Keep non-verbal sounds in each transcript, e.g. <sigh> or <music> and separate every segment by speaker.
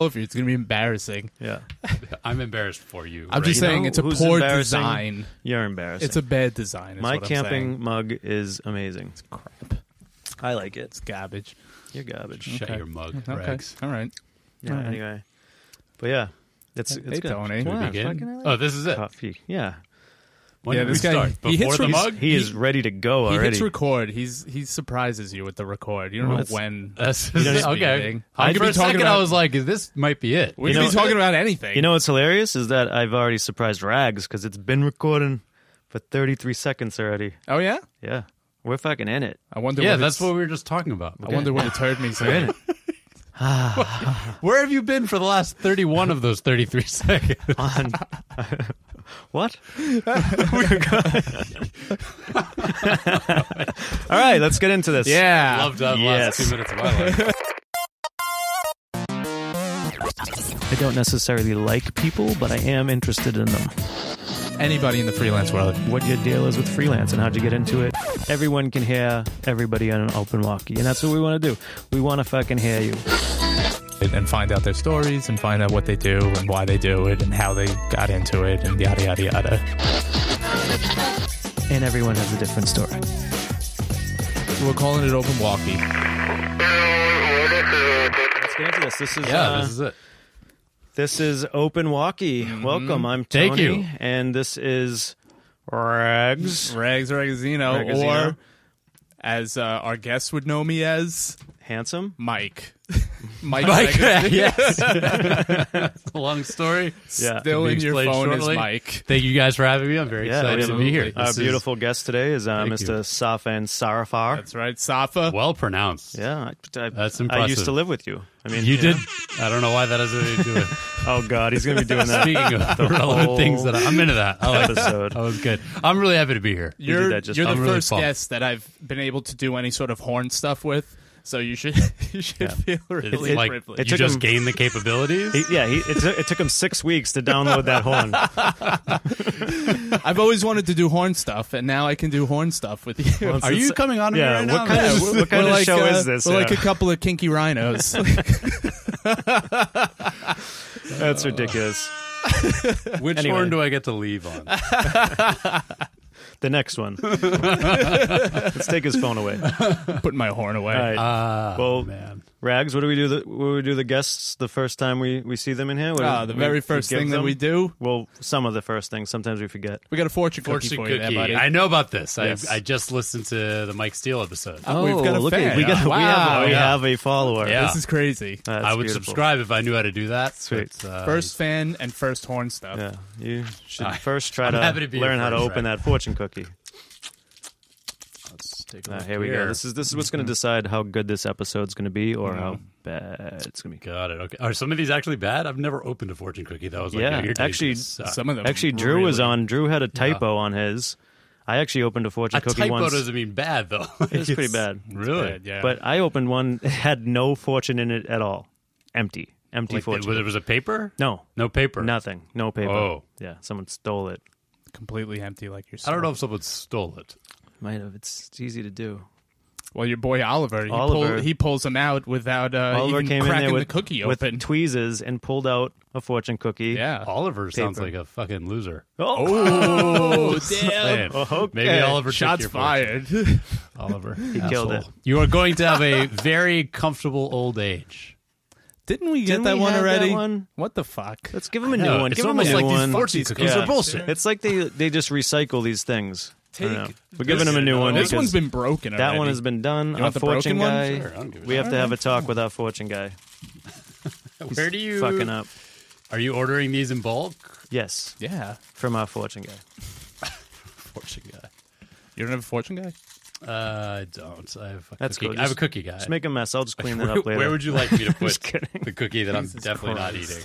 Speaker 1: over. It's gonna be embarrassing.
Speaker 2: Yeah.
Speaker 3: <laughs> I'm embarrassed for you.
Speaker 1: I'm
Speaker 3: right
Speaker 1: just
Speaker 3: now.
Speaker 1: saying
Speaker 2: know
Speaker 1: it's a
Speaker 2: who's
Speaker 1: poor
Speaker 2: embarrassing?
Speaker 1: design.
Speaker 2: You're embarrassing.
Speaker 1: It's a bad design. Is
Speaker 2: My
Speaker 1: what I'm
Speaker 2: camping
Speaker 1: saying.
Speaker 2: mug is amazing.
Speaker 1: crap.
Speaker 2: I like it.
Speaker 1: It's garbage.
Speaker 2: You're garbage.
Speaker 3: Shut
Speaker 1: Okay.
Speaker 3: your mug,
Speaker 1: Okay.
Speaker 3: Rex.
Speaker 1: Mm-hmm. All right.
Speaker 2: Yeah,
Speaker 1: Alright.
Speaker 2: anyway. But yeah. It's
Speaker 1: Hey,
Speaker 2: it's good.
Speaker 1: Tony.
Speaker 3: Should we
Speaker 2: Wow,
Speaker 3: begin?
Speaker 2: fucking I like
Speaker 3: Oh, this is it.
Speaker 2: coffee. Yeah.
Speaker 3: When
Speaker 1: Yeah,
Speaker 3: did we
Speaker 1: this guy- <laughs>
Speaker 3: start?
Speaker 1: he
Speaker 3: Before
Speaker 1: hits
Speaker 3: the
Speaker 1: from-
Speaker 3: mug?
Speaker 2: He is ready to go
Speaker 1: He
Speaker 2: already.
Speaker 1: hits record. He's he surprises you with the record. You don't know
Speaker 2: That's-
Speaker 1: when.
Speaker 3: That's,
Speaker 1: don't
Speaker 3: that's-
Speaker 1: need to be
Speaker 3: okay.
Speaker 1: eating.
Speaker 3: I,
Speaker 1: I could
Speaker 3: for
Speaker 1: be
Speaker 3: a
Speaker 1: talking
Speaker 3: second, I
Speaker 1: about-
Speaker 3: was like, "This might be it."
Speaker 1: We
Speaker 2: You
Speaker 1: could
Speaker 2: know- uh,
Speaker 1: be talking about anything.
Speaker 2: you know what's hilarious is that I've already surprised Rags because it's been recording for 33 seconds already.
Speaker 1: Oh yeah.
Speaker 2: Yeah. We're fucking
Speaker 1: <laughs>
Speaker 2: in it.
Speaker 1: I wonder.
Speaker 3: yeah,
Speaker 1: what
Speaker 3: that's
Speaker 1: it's-
Speaker 3: what we were just talking about.
Speaker 1: I wonder what the turd
Speaker 2: <laughs>
Speaker 1: means.
Speaker 2: in it.
Speaker 3: Where have you been for the last 31 of those 33 <laughs> seconds?
Speaker 2: On <laughs>
Speaker 1: <laughs>
Speaker 2: what? <laughs> All right, let's get into this.
Speaker 1: yeah.
Speaker 3: Loved that
Speaker 2: Yes.
Speaker 3: last two minutes of my
Speaker 1: <laughs>
Speaker 3: life.
Speaker 2: I don't necessarily like people, but I am interested in them.
Speaker 1: Anybody in the freelance world.
Speaker 2: What your deal is with freelance and how'd you get into it? Everyone can hear everybody on an open walkie, and that's what we want to do. We want to fucking hear you.
Speaker 1: and find out their stories and find out what they do and why they do it and how they got into it and yada yada yada.
Speaker 2: And everyone has a different story.
Speaker 1: We're calling it open walkie.
Speaker 2: Let's get into this. This is
Speaker 3: Yeah,
Speaker 2: uh,
Speaker 1: <laughs>
Speaker 3: this is it.
Speaker 2: This is Open Walkie. Welcome. I'm Tony,
Speaker 3: Thank you.
Speaker 2: and this is Rags,
Speaker 1: Rags
Speaker 3: Oh,
Speaker 1: Ragazzino,
Speaker 2: Ragazzino.
Speaker 1: or as uh, our guests would know me as
Speaker 2: handsome.
Speaker 1: Mike. Mike. Ragazzino.
Speaker 3: <laughs> yes. <laughs> It's a long story.
Speaker 2: Yeah,
Speaker 1: Still
Speaker 3: Be
Speaker 1: in your
Speaker 3: explained
Speaker 1: phone
Speaker 3: shortly.
Speaker 1: is Mike.
Speaker 3: Thank you guys for having me. I'm very
Speaker 2: Yeah,
Speaker 3: excited to be
Speaker 1: absolutely.
Speaker 3: here.
Speaker 2: Our
Speaker 3: This is
Speaker 2: Uh, beautiful guest today is uh,
Speaker 3: Thank you.
Speaker 2: Mr. Safan Sarafar.
Speaker 1: That's right, Safa.
Speaker 3: well pronounced.
Speaker 2: yeah, I, I,
Speaker 3: That's
Speaker 2: I
Speaker 3: impressive.
Speaker 2: used to live with you. I mean,
Speaker 3: You
Speaker 2: know.
Speaker 3: did. I don't know why that has anything to do with.
Speaker 2: Oh God, he's gonna be doing
Speaker 3: <laughs>
Speaker 2: that
Speaker 3: Speaking of relevant
Speaker 2: whole
Speaker 3: things that I, I'm into that. I like that.
Speaker 2: episode.
Speaker 3: That was good. I'm really happy to be here.
Speaker 1: You're,
Speaker 2: did that just-
Speaker 1: you're the
Speaker 3: I'm really
Speaker 1: first
Speaker 3: pumped.
Speaker 1: guest that I've been able to do any sort of horn stuff with, so you should <laughs> you should feel
Speaker 3: It's
Speaker 1: really
Speaker 3: like
Speaker 1: privileged.
Speaker 3: you
Speaker 2: took
Speaker 3: just
Speaker 2: him-
Speaker 3: gained the capabilities.
Speaker 2: He- yeah, he, it, took, it took him six weeks to download that horn.
Speaker 1: I've always wanted to do horn stuff, and now I can do horn stuff with you.
Speaker 2: Once
Speaker 3: Are you
Speaker 2: it's-
Speaker 3: coming on to me
Speaker 2: yeah, what
Speaker 3: right now?
Speaker 2: kind of-
Speaker 3: man?
Speaker 2: what kind
Speaker 1: We're
Speaker 2: of
Speaker 1: like,
Speaker 2: show
Speaker 1: uh,
Speaker 2: is this?
Speaker 1: We're like
Speaker 2: Yeah.
Speaker 1: a couple of kinky rhinos. <laughs>
Speaker 2: That's ridiculous.
Speaker 3: Which
Speaker 2: Anyway.
Speaker 3: horn do I get to leave <laughs> on?
Speaker 2: The next one. Let's take his phone away. All
Speaker 1: Put my horn away.
Speaker 2: right.
Speaker 3: Ah,
Speaker 2: Well,
Speaker 3: man.
Speaker 2: Rags, what do we do? The, what do we do the guests the first time we, we see them in here? What do
Speaker 1: Ah, the
Speaker 2: we- we
Speaker 1: very first
Speaker 2: give
Speaker 1: thing that
Speaker 2: them?
Speaker 1: we do,
Speaker 2: Well, some of the first things. Sometimes we forget.
Speaker 1: we got a fortune cookie
Speaker 3: Fortune
Speaker 1: for
Speaker 3: cookie.
Speaker 1: you, there, buddy.
Speaker 3: I know about this.
Speaker 1: Yes.
Speaker 3: I, I just listened to the Mike Steele episode.
Speaker 1: Oh, we've got a
Speaker 2: look
Speaker 1: fan.
Speaker 2: at we got we
Speaker 3: Wow,
Speaker 2: have we
Speaker 3: yeah.
Speaker 2: have a follower.
Speaker 3: Yeah.
Speaker 1: This is crazy.
Speaker 2: That's
Speaker 3: I would
Speaker 2: beautiful.
Speaker 3: subscribe if I knew how to do that.
Speaker 2: Sweet.
Speaker 3: but, uh,
Speaker 1: first fan and first horn stuff.
Speaker 2: Yeah, you should first try to,
Speaker 3: happy to be
Speaker 2: learn
Speaker 3: your
Speaker 2: how to
Speaker 3: first,
Speaker 2: open
Speaker 3: Rag.
Speaker 2: that fortune cookie.
Speaker 3: let's take a
Speaker 2: Uh,
Speaker 3: look
Speaker 2: here we go. This is this is what's going to decide how good this episode's going to be or how bad it's going to be.
Speaker 3: Got it. Okay. Are some of these actually bad? I've never opened a fortune cookie. That was like,
Speaker 2: Yeah,
Speaker 3: no, your taste
Speaker 2: actually,
Speaker 3: sucks.
Speaker 1: Some of them.
Speaker 2: Actually, Drew was
Speaker 1: really-
Speaker 2: on. Drew had a typo on his. I actually opened a fortune
Speaker 3: a
Speaker 2: cookie
Speaker 3: typo
Speaker 2: once,
Speaker 3: doesn't mean bad though.
Speaker 2: <laughs> It's pretty bad.
Speaker 3: Really?
Speaker 1: Bad, yeah.
Speaker 2: but I opened one <laughs> it had no fortune in it at all. Empty, empty
Speaker 3: Like,
Speaker 2: fortune.
Speaker 3: it, was, it was a paper?
Speaker 2: no,
Speaker 3: No paper.
Speaker 2: nothing, no paper.
Speaker 3: Oh.
Speaker 2: yeah, someone stole it.
Speaker 1: completely empty like yourself.
Speaker 3: I don't know if someone stole it.
Speaker 2: Might have. It's, it's easy to do.
Speaker 1: Well, your boy Oliver, he,
Speaker 2: Oliver-
Speaker 1: pull- he pulls them out without uh,
Speaker 2: Oliver
Speaker 1: even
Speaker 2: came in
Speaker 1: cracking
Speaker 2: there with
Speaker 1: the cookie
Speaker 2: with
Speaker 1: open.
Speaker 2: tweezers and pulled out a fortune cookie.
Speaker 1: yeah.
Speaker 3: Oliver sounds like a fucking loser. <laughs>
Speaker 2: Oh,
Speaker 1: Oh, damn.
Speaker 3: Man, Maybe Oliver took
Speaker 1: Shots
Speaker 3: your fortune.
Speaker 1: fired. <laughs>
Speaker 2: <laughs>
Speaker 3: Oliver, he
Speaker 2: killed it.
Speaker 3: You are going to have a very comfortable old age.
Speaker 1: Didn't we get
Speaker 2: Didn't
Speaker 1: that
Speaker 2: we
Speaker 1: one
Speaker 2: have that
Speaker 1: already?
Speaker 2: one?
Speaker 1: What the fuck?
Speaker 2: let's give him a new one.
Speaker 3: it's
Speaker 2: give him a
Speaker 3: almost
Speaker 2: new
Speaker 3: like
Speaker 2: one.
Speaker 3: these fortune cookies
Speaker 2: Yeah.
Speaker 3: are bullshit.
Speaker 2: It's like they they just recycle these things. I don't
Speaker 1: Take
Speaker 2: know. We're giving him a new one.
Speaker 1: This
Speaker 2: because
Speaker 1: one's been broken.
Speaker 2: that
Speaker 1: already.
Speaker 2: one has been done. Our
Speaker 1: want the
Speaker 2: fortune
Speaker 1: broken one?
Speaker 2: guy.
Speaker 3: Sure, I don't give a
Speaker 2: we have to have a talk with our fortune guy.
Speaker 3: Where do you
Speaker 2: Fucking up.
Speaker 3: Are you ordering these in bulk?
Speaker 2: Yes,
Speaker 1: Yeah.
Speaker 2: from our fortune guy.
Speaker 3: Fortune guy.
Speaker 1: You don't have a fortune guy?
Speaker 3: Uh, I don't. I have a
Speaker 2: That's
Speaker 3: cookie.
Speaker 2: cool.
Speaker 3: I have a
Speaker 2: Just-
Speaker 3: cookie guy.
Speaker 2: Just make a mess. I'll just clean that
Speaker 3: where,
Speaker 2: up later.
Speaker 3: where would
Speaker 2: <laughs>
Speaker 3: you like me to put
Speaker 2: kidding.
Speaker 3: the cookie that I'm
Speaker 1: Jesus
Speaker 3: definitely not
Speaker 2: Christ.
Speaker 3: eating?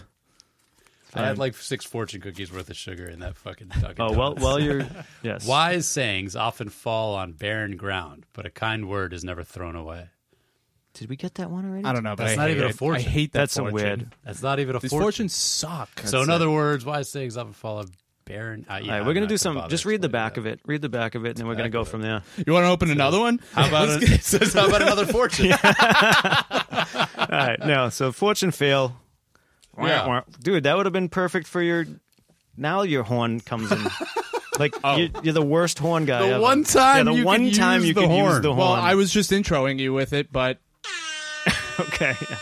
Speaker 3: I had like six fortune cookies worth of sugar in that fucking. Dunkin'
Speaker 2: Oh well,
Speaker 3: Donuts.
Speaker 2: while
Speaker 3: <laughs>
Speaker 2: you're yes.
Speaker 3: Wise sayings often fall on barren ground, but a kind word is never thrown away.
Speaker 2: Did we get that one already?
Speaker 1: I don't know, but
Speaker 3: That's
Speaker 1: I
Speaker 3: not
Speaker 1: hate
Speaker 3: even a
Speaker 1: it.
Speaker 3: fortune.
Speaker 1: I hate that
Speaker 2: That's a
Speaker 1: fortune.
Speaker 2: weird.
Speaker 3: That's not even a
Speaker 1: These
Speaker 3: fortune.
Speaker 1: fortunes suck.
Speaker 3: so, in other words, wise sayings often fall on barren. I, yeah,
Speaker 2: All right, we're gonna do some. Just read the back
Speaker 3: uh,
Speaker 2: of it. Read the back of it, and then we're gonna go from there.
Speaker 1: you want to open another one?
Speaker 2: <laughs>
Speaker 3: How about, an, it says, how about another fortune?
Speaker 2: All right, now so fortune fail.
Speaker 3: Yeah.
Speaker 2: Wah, wah. Dude, that would have been perfect for your. Now your horn comes
Speaker 3: <laughs>
Speaker 2: in. like you're, you're the worst horn guy.
Speaker 3: Oh. The
Speaker 2: ever.
Speaker 3: one time
Speaker 2: yeah, the
Speaker 3: you
Speaker 2: one
Speaker 3: could
Speaker 2: time
Speaker 3: use
Speaker 2: you
Speaker 3: the
Speaker 2: can
Speaker 3: horn.
Speaker 2: use the horn.
Speaker 1: Well, I was just introing you with it, but
Speaker 2: <laughs> okay. yeah.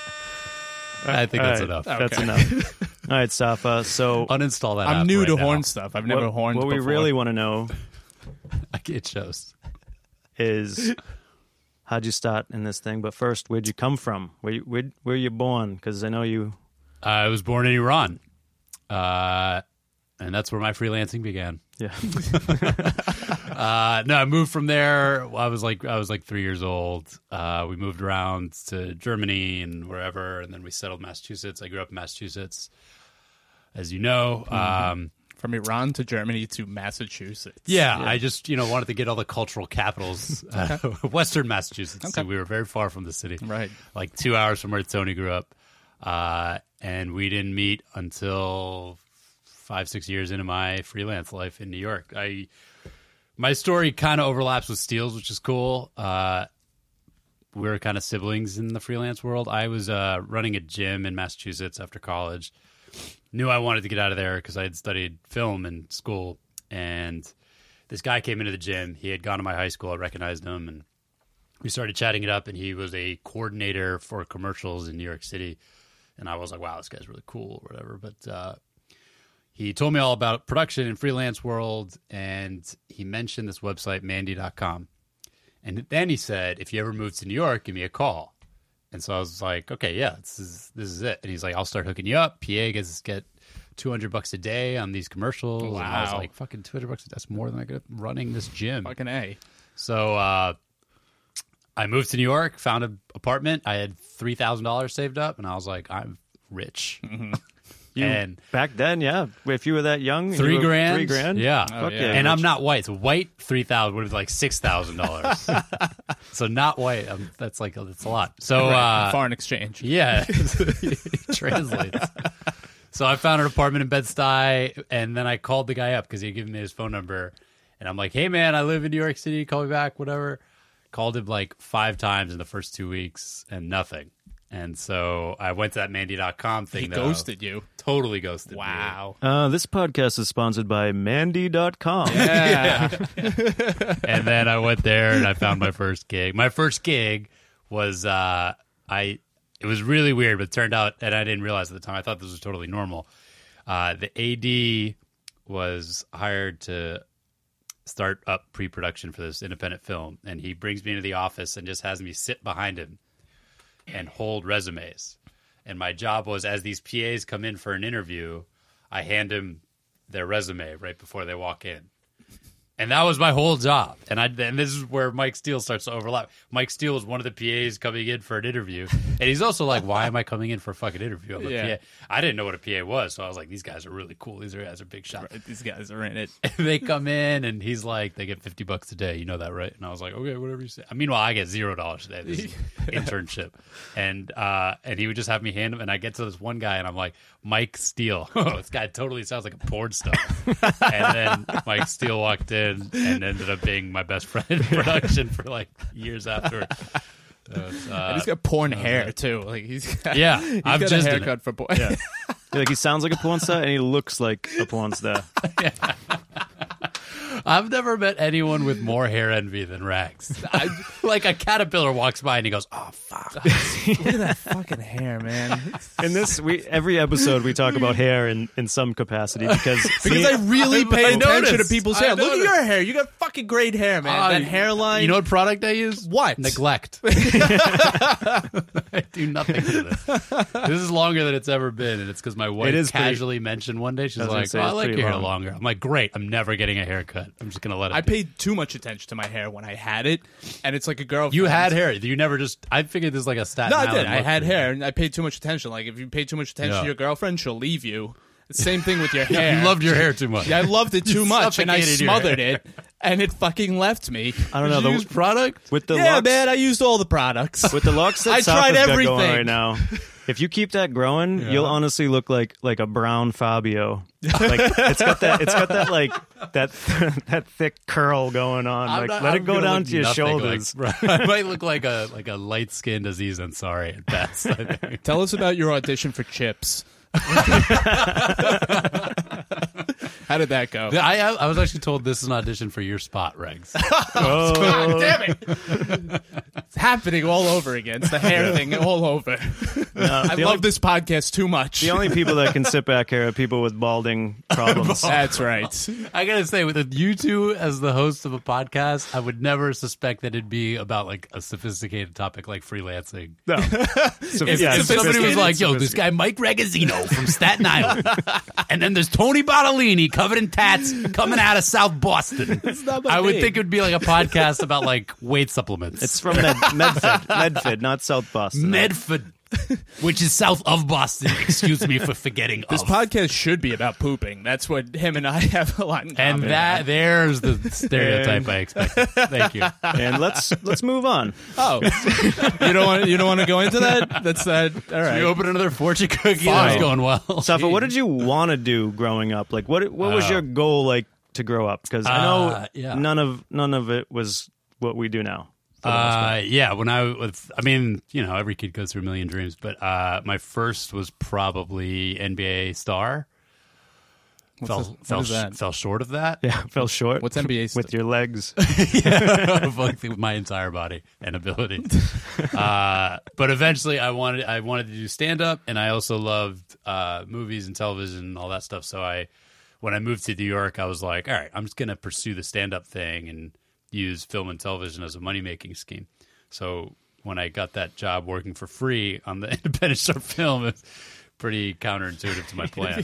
Speaker 3: <laughs> I think
Speaker 2: All
Speaker 3: that's
Speaker 2: right,
Speaker 3: enough.
Speaker 2: That's
Speaker 3: <laughs>
Speaker 2: enough. All right, Safa. So
Speaker 3: Uninstall that.
Speaker 1: I'm
Speaker 3: app
Speaker 1: new
Speaker 3: right
Speaker 1: to
Speaker 3: now. <laughs>
Speaker 1: horn stuff. I've never
Speaker 2: what,
Speaker 1: horned
Speaker 2: what we
Speaker 1: before.
Speaker 2: really want to know
Speaker 3: It shows.
Speaker 2: is how'd you start in this thing? But first, where'd you come from? Where you, where where you born? Because I know you.
Speaker 3: Uh, I was born in Iran, uh, and that's where my freelancing began.
Speaker 2: Yeah. <laughs>
Speaker 3: Uh, no, I moved from there. I was like I was like three years old. Uh, we moved around to Germany and wherever, and then we settled in Massachusetts. I grew up in Massachusetts, as you know.
Speaker 2: Mm-hmm.
Speaker 3: Um,
Speaker 1: from Iran to Germany to Massachusetts.
Speaker 3: yeah, I just you know wanted to get all the cultural capitals, uh, <laughs> Western Massachusetts. So we were very far from the city,
Speaker 1: Right.
Speaker 3: Like two hours from where Tony grew up, uh, and we didn't meet until five six years into my freelance life in New York. I my story kind of overlaps with Steele's, which is cool. Uh, we were kind of siblings in the freelance world. I was uh, running a gym in Massachusetts after college. Knew I wanted to get out of there because I had studied film in school, and this guy came into the gym. He had gone to my high school. I recognized him, and we started chatting it up. And he was a coordinator for commercials in New York City, and I was like, "Wow, this guy's really cool," or whatever. But uh, he told me all about production and freelance world and he mentioned this website mandy.com and then he said if you ever move to new york give me a call and so i was like okay yeah this is this is it and he's like i'll start hooking you up pa gets get 200 bucks a day on these commercials and i was
Speaker 1: Wow.
Speaker 3: like fucking 200 bucks that's more than i get running this gym
Speaker 1: Fucking A.
Speaker 3: so uh, I moved to New York, found an apartment. I had three thousand dollars saved up, and I was like, I'm rich. <laughs> and
Speaker 2: Back then, yeah. If you were that young, and you
Speaker 3: three
Speaker 2: were
Speaker 3: grand,
Speaker 2: three grand,
Speaker 3: yeah.
Speaker 2: Fuck
Speaker 1: Oh, yeah.
Speaker 2: yeah.
Speaker 3: And I'm not white. So white three thousand would have been like six thousand dollars. so not white. Um, that's like that's a lot. So uh,
Speaker 1: Foreign exchange. <laughs>
Speaker 3: yeah, it translates. So I found an apartment in Bed Stuy, and then I called the guy up because he had given me his phone number, and I'm like, "Hey, man, I live in New York City. Call me back, whatever." Called him like five times in the first two weeks, and nothing. And so I went to that Mandy.com thing.
Speaker 1: He
Speaker 3: though.
Speaker 1: ghosted you.
Speaker 3: Totally ghosted. me.
Speaker 1: Wow.
Speaker 2: Uh, this podcast is sponsored by Mandy.com. Yeah.
Speaker 1: Yeah.
Speaker 3: and then I went there and I found my first gig. My first gig was uh, I. It was really weird, but it turned out, and I didn't realize at the time. I thought this was totally normal. Uh, the AD was hired to start up pre-production for this independent film, and he brings me into the office and just has me sit behind him and hold resumes. And my job was, as these PAs come in for an interview, I hand him their resume right before they walk in. And that was my whole job. And I and this is where Mike Steele starts to overlap. Mike Steele was one of the PAs coming in for an interview. And he's also like, Why am I coming in for a fucking interview? I'm a
Speaker 1: Yeah.
Speaker 3: PA. I didn't know what a PA was, so I was like, These guys are really cool. These are guys are big shots.
Speaker 1: These guys are in it.
Speaker 3: <laughs> they come in and he's like, They get fifty bucks a day, you know that, right? And I was like, Okay, whatever you say. Meanwhile, I get zero dollars a day. This
Speaker 1: <laughs>
Speaker 3: is internship. And uh and he would just have me hand him and I get to this one guy and I'm like, Mike Steele. <laughs> Oh, this guy totally sounds like a
Speaker 1: <laughs>
Speaker 3: porn star. and then Mike Steele walked in and ended up being my best friend in <laughs> production for like years after.
Speaker 1: he's got porn hair too. Like he's got,
Speaker 3: uh, Yeah,
Speaker 1: <laughs> he's
Speaker 3: I've
Speaker 1: got
Speaker 3: just
Speaker 1: a
Speaker 3: in
Speaker 1: haircut for porn. Yeah.
Speaker 2: Like he sounds like a porn star and he looks like a porn star.
Speaker 3: I've never met anyone with more hair envy than Rags. I, like a caterpillar walks by and he goes, "Oh fuck."
Speaker 1: <laughs> Look at that fucking hair,
Speaker 3: <laughs>
Speaker 1: man.
Speaker 2: In this, we every episode we talk about hair in, in some capacity because
Speaker 1: Because I really pay
Speaker 3: I
Speaker 1: attention
Speaker 3: noticed.
Speaker 1: to people's
Speaker 3: I
Speaker 1: hair. Look at
Speaker 3: noticed.
Speaker 1: your hair. You got fucking great hair,
Speaker 2: Ah,
Speaker 1: man.
Speaker 3: Uh,
Speaker 1: that hairline.
Speaker 3: You know what product I use?
Speaker 1: What? <laughs>
Speaker 3: Neglect. <laughs> I do nothing to this. This is longer than it's ever been, and it's because my wife
Speaker 2: It is pretty-
Speaker 3: casually mentioned one day, she's
Speaker 2: was gonna
Speaker 3: like,
Speaker 2: say,
Speaker 3: oh, I
Speaker 2: it's
Speaker 3: like your
Speaker 2: pretty
Speaker 3: hair
Speaker 2: long."
Speaker 3: longer. I'm like, great. I'm never getting a haircut. I'm just going to let it
Speaker 1: I
Speaker 3: be.
Speaker 1: paid too much attention to my hair when I had it, and it's like a girl.
Speaker 3: You had hair. You never just. I figured this is like a stat.
Speaker 1: No, I did. I had hair, and I paid too much attention. Like if you pay too much attention
Speaker 3: Yeah.
Speaker 1: to your girlfriend, she'll leave you. Same thing with your hair.
Speaker 3: You loved your hair too much.
Speaker 1: I loved it too much, and I
Speaker 3: suffocated your hair.
Speaker 1: smothered it, and it fucking left me.
Speaker 2: I don't know
Speaker 3: Did you
Speaker 2: the,
Speaker 3: use product.
Speaker 2: with the
Speaker 1: yeah,
Speaker 2: locks,
Speaker 1: man, I used all the products. <laughs>
Speaker 2: with the locks that
Speaker 1: I
Speaker 2: Safa's
Speaker 1: tried
Speaker 2: got going
Speaker 1: everything.
Speaker 2: right now. If you keep that growing, you'll honestly look like like a brown Fabio. Like it's got that it's got that like that <laughs> that thick curl going on.
Speaker 3: I'm
Speaker 2: like
Speaker 3: not-
Speaker 2: let
Speaker 3: I'm
Speaker 2: it go
Speaker 3: gonna
Speaker 2: down
Speaker 3: look
Speaker 2: to your
Speaker 3: nothing like-
Speaker 2: shoulders. <laughs>
Speaker 3: I might look like a like a light skinned Aziz Ansari at best. I think. <laughs>
Speaker 1: Tell us about your audition for Chips. <laughs> How did that go?
Speaker 3: I I was actually told this is an audition for your spot,
Speaker 2: <laughs>
Speaker 3: Regs.
Speaker 1: <laughs>
Speaker 2: Oh.
Speaker 1: God damn it! it's happening all over again. It's the hair thing all over. I
Speaker 2: the
Speaker 1: love
Speaker 2: only-
Speaker 1: this podcast too much.
Speaker 2: The only people that can sit back here are people with balding problems.
Speaker 1: That's right.
Speaker 3: I gotta say, with you two as the hosts of a podcast, I would never suspect that it'd be about like a sophisticated topic like freelancing.
Speaker 2: <laughs> No.
Speaker 3: If,
Speaker 2: Yeah,
Speaker 3: if somebody was
Speaker 2: sophisticated.
Speaker 3: like, "Yo, this guy Mike Regazzino from
Speaker 2: <laughs>
Speaker 3: Staten Island," and then there's Tony Bottolini covered in tats coming out of South Boston, I would think it would be like a podcast about like weight supplements.
Speaker 2: It's from Med- Medford, <laughs> Medford, not South Boston.
Speaker 3: Medford, which is south of Boston. Excuse me for forgetting
Speaker 1: This
Speaker 3: of.
Speaker 1: podcast should be about pooping. That's what him and I <laughs> have a lot in
Speaker 3: and
Speaker 1: common.
Speaker 3: that there's the stereotype I expected. Thank you.
Speaker 2: and let's let's move <laughs> on.
Speaker 1: oh, you don't want you don't want to go into that. That's
Speaker 3: <laughs>
Speaker 1: that. All
Speaker 3: You
Speaker 1: right.
Speaker 3: open another fortune cookie. That
Speaker 1: Fine.
Speaker 3: was going <laughs> well.
Speaker 2: Safa, what did you want to do growing up? Like, what what was your goal like to grow up? Because I know
Speaker 3: Uh, yeah.
Speaker 2: none of none of it was what we do now.
Speaker 3: Uh, yeah, when I was, I mean, you know, every kid goes through a million dreams, but uh, my first was probably NBA star. fell
Speaker 1: this- what
Speaker 3: fell,
Speaker 1: is that?
Speaker 3: fell short of that.
Speaker 2: <laughs> Yeah, fell short.
Speaker 1: What's NBA?
Speaker 2: <laughs> with your
Speaker 3: <laughs>
Speaker 2: legs?
Speaker 3: Fuck, with my entire body
Speaker 1: <laughs>
Speaker 3: and ability. Uh, but eventually, I wanted I wanted to do stand up, and I also loved uh, movies and television and all that stuff. So I, when I moved to New York, I was like, all right, I'm just gonna pursue the stand up thing and use film and television as a money making scheme. So when I got that job working for free on the <laughs> independent short film, it's pretty
Speaker 1: <laughs>
Speaker 3: counterintuitive to my plan.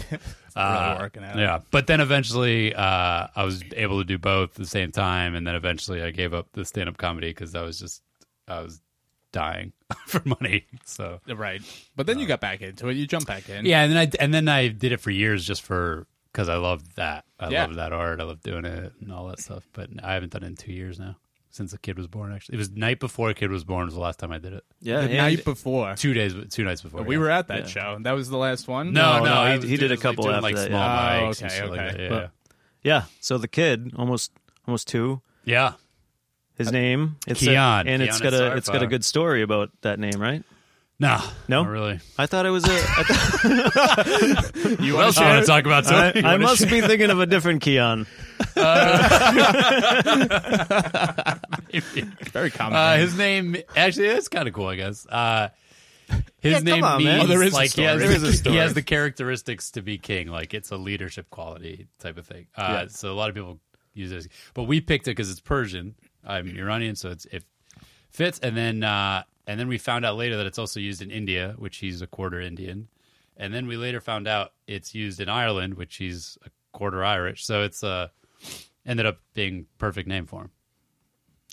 Speaker 3: Uh,
Speaker 1: working out.
Speaker 3: Yeah, but then eventually uh, I was able to do both at the same time, and then eventually I gave up the stand up comedy because I was just I was dying <laughs> for money. So
Speaker 1: Right. But then you got back into it. You jump back in.
Speaker 3: Uh, yeah, and then I and then I did it for years just for because I loved that. I
Speaker 1: Yeah.
Speaker 3: loved that art. I loved doing it and all that stuff. But I haven't done it in two years now since the kid was born. Actually, it was night before the kid was born was the last time I did it.
Speaker 2: Yeah,
Speaker 1: The night before.
Speaker 3: Two days, two nights before.
Speaker 1: We
Speaker 3: yeah.
Speaker 1: were at that show. That was the last one.
Speaker 3: No, no,
Speaker 2: no,
Speaker 3: I
Speaker 2: he-
Speaker 3: was
Speaker 2: he did a
Speaker 3: doing-
Speaker 2: couple
Speaker 3: doing,
Speaker 2: after
Speaker 3: like
Speaker 2: that,
Speaker 3: small
Speaker 1: yeah. Oh,
Speaker 3: mics and
Speaker 1: okay,
Speaker 3: shit like
Speaker 1: okay.
Speaker 3: that, yeah.
Speaker 2: But- yeah. So the kid, almost almost two.
Speaker 3: yeah.
Speaker 2: His name, it's a-
Speaker 3: Keon.
Speaker 2: and it's
Speaker 3: Keon
Speaker 2: got a
Speaker 3: Sarfa.
Speaker 2: it's got a good story about that name, right?
Speaker 3: No,
Speaker 2: No?
Speaker 3: not really.
Speaker 2: I thought it was a. I th-
Speaker 3: You else want to talk about
Speaker 2: <laughs> I,
Speaker 3: something?
Speaker 2: I must be thinking of a different Keon.
Speaker 1: Very common.
Speaker 3: Uh, his name actually it's kind of cool, I guess. Uh, his
Speaker 2: Yeah, come
Speaker 3: name
Speaker 2: on, man.
Speaker 3: means
Speaker 2: Oh, there
Speaker 1: is a
Speaker 3: like he has,
Speaker 1: story. There is a
Speaker 3: <laughs> he has the characteristics to be king. Like it's a leadership quality type of thing. Uh, So a lot of people use this, but we picked it because it's Persian. I'm Iranian, so it's, it fits. And then uh, and then we found out later that it's also used in India, which he's a quarter Indian. And then we later found out it's used in Ireland, which he's a quarter Irish. So it's uh, ended up being perfect name for him.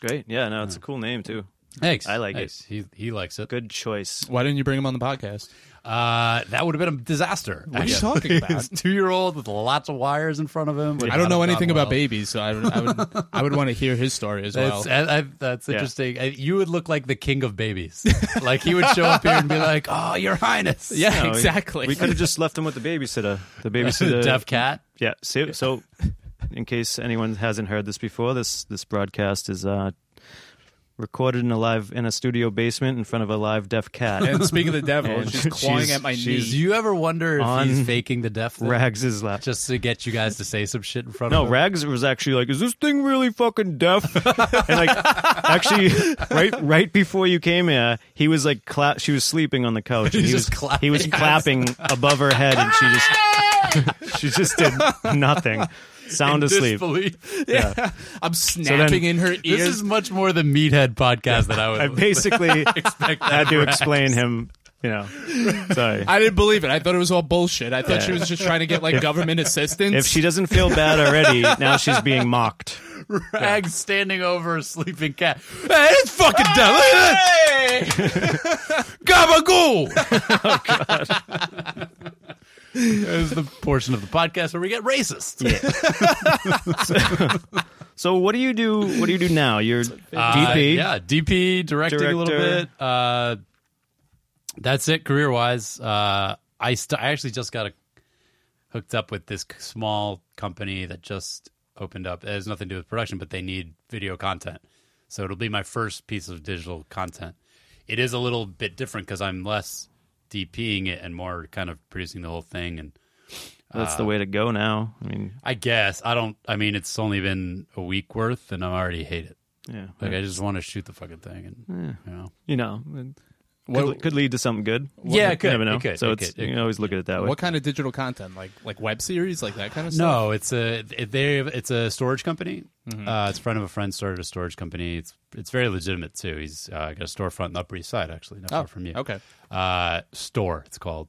Speaker 2: Great. Yeah. No, it's a cool name too.
Speaker 3: Thanks.
Speaker 2: I like it.
Speaker 3: Thanks. He he likes it.
Speaker 2: Good choice.
Speaker 1: Why didn't you bring him on the podcast?
Speaker 3: Uh, that would have been a disaster.
Speaker 1: What are you
Speaker 3: <laughs>
Speaker 1: talking about?
Speaker 3: Two year old with lots of wires in front of him. would
Speaker 1: I don't
Speaker 3: not
Speaker 1: know
Speaker 3: have
Speaker 1: anything
Speaker 3: gone
Speaker 1: about
Speaker 3: well.
Speaker 1: babies, so I would, I would, I would want to hear his story as well.
Speaker 3: That's, I, I, that's
Speaker 2: Yeah.
Speaker 3: interesting. I, you would look like the king of babies. <laughs> like he would show up here and be like, "Oh, your highness."
Speaker 1: yeah,
Speaker 3: <laughs>
Speaker 2: No, we-
Speaker 1: exactly.
Speaker 2: We could have just left him with the babysitter.
Speaker 1: <laughs>
Speaker 2: The
Speaker 3: The
Speaker 2: babysitter.
Speaker 3: deaf cat.
Speaker 2: Yeah. So, so, in case anyone hasn't heard this before, this this broadcast is uh, recorded in a live in a studio basement in front of a live deaf cat.
Speaker 1: and speaking of the devil,
Speaker 2: And
Speaker 1: she's clawing
Speaker 2: she's-
Speaker 1: at my
Speaker 3: Do
Speaker 1: knees.
Speaker 3: you ever wonder if
Speaker 2: On
Speaker 3: he's faking the deaf thing
Speaker 2: Rags is left.
Speaker 3: just to get you guys to say some shit in front
Speaker 2: No,
Speaker 3: of him?
Speaker 2: Rags was actually like, "Is this thing really fucking deaf?" <laughs> and like, actually, right right before you came here, he was like, cla- she was sleeping on the
Speaker 3: <laughs>
Speaker 2: couch, and
Speaker 3: He's
Speaker 2: he was
Speaker 3: just clapping.
Speaker 2: he was clapping above her head, and she just <laughs> she just did nothing, sound asleep.
Speaker 3: Disbelief.
Speaker 2: Yeah.
Speaker 1: I'm snapping in her ears.
Speaker 3: This is much more the meathead podcast that I would
Speaker 2: I basically
Speaker 3: <laughs> expect. that
Speaker 2: had to
Speaker 3: Rags.
Speaker 2: explain him. You know, sorry.
Speaker 1: I didn't believe it. I thought it was all bullshit. I thought she was just trying to get like government assistance.
Speaker 2: <laughs> If she doesn't feel bad already, now she's being mocked.
Speaker 3: Rags standing over a sleeping cat. Hey, it's fucking dumb. Look at that. Gabagool. There's the portion of the podcast where we get racist.
Speaker 2: So, what do you do? What do you do now? You're
Speaker 3: Uh,
Speaker 2: DP.
Speaker 3: yeah, DP directing a little
Speaker 2: Director.
Speaker 3: bit. Uh, that's it career wise. Uh, I st- I actually just got a, hooked up with this c- small company that just opened up. It has nothing to do with production, but they need video content, so it'll be my first piece of digital content. It is a little bit different because I'm less DPing it and more kind of producing the whole thing. And
Speaker 2: That's the way to go now. I mean,
Speaker 3: I guess I don't. I mean, it's only been a week worth, and I already hate it.
Speaker 2: yeah.
Speaker 3: Like I just want to shoot the fucking thing, and you know.
Speaker 2: you know, it
Speaker 1: What-
Speaker 2: could, could lead to something good.
Speaker 3: Yeah, it
Speaker 2: You
Speaker 3: could,
Speaker 2: never know.
Speaker 3: it could,
Speaker 2: so
Speaker 3: it
Speaker 2: it's
Speaker 3: could, it
Speaker 2: you can always look at it that way.
Speaker 1: What kind of digital content? Like like web series, like that kind of stuff?
Speaker 3: No, it's a it- they it's a storage company.
Speaker 1: Mm-hmm.
Speaker 3: Uh, it's a friend of a friend started a storage company. It's it's very legitimate too. He's uh, got a storefront in the Upper East Side, actually, not far from you.
Speaker 1: Oh, okay.
Speaker 3: uh, store. It's called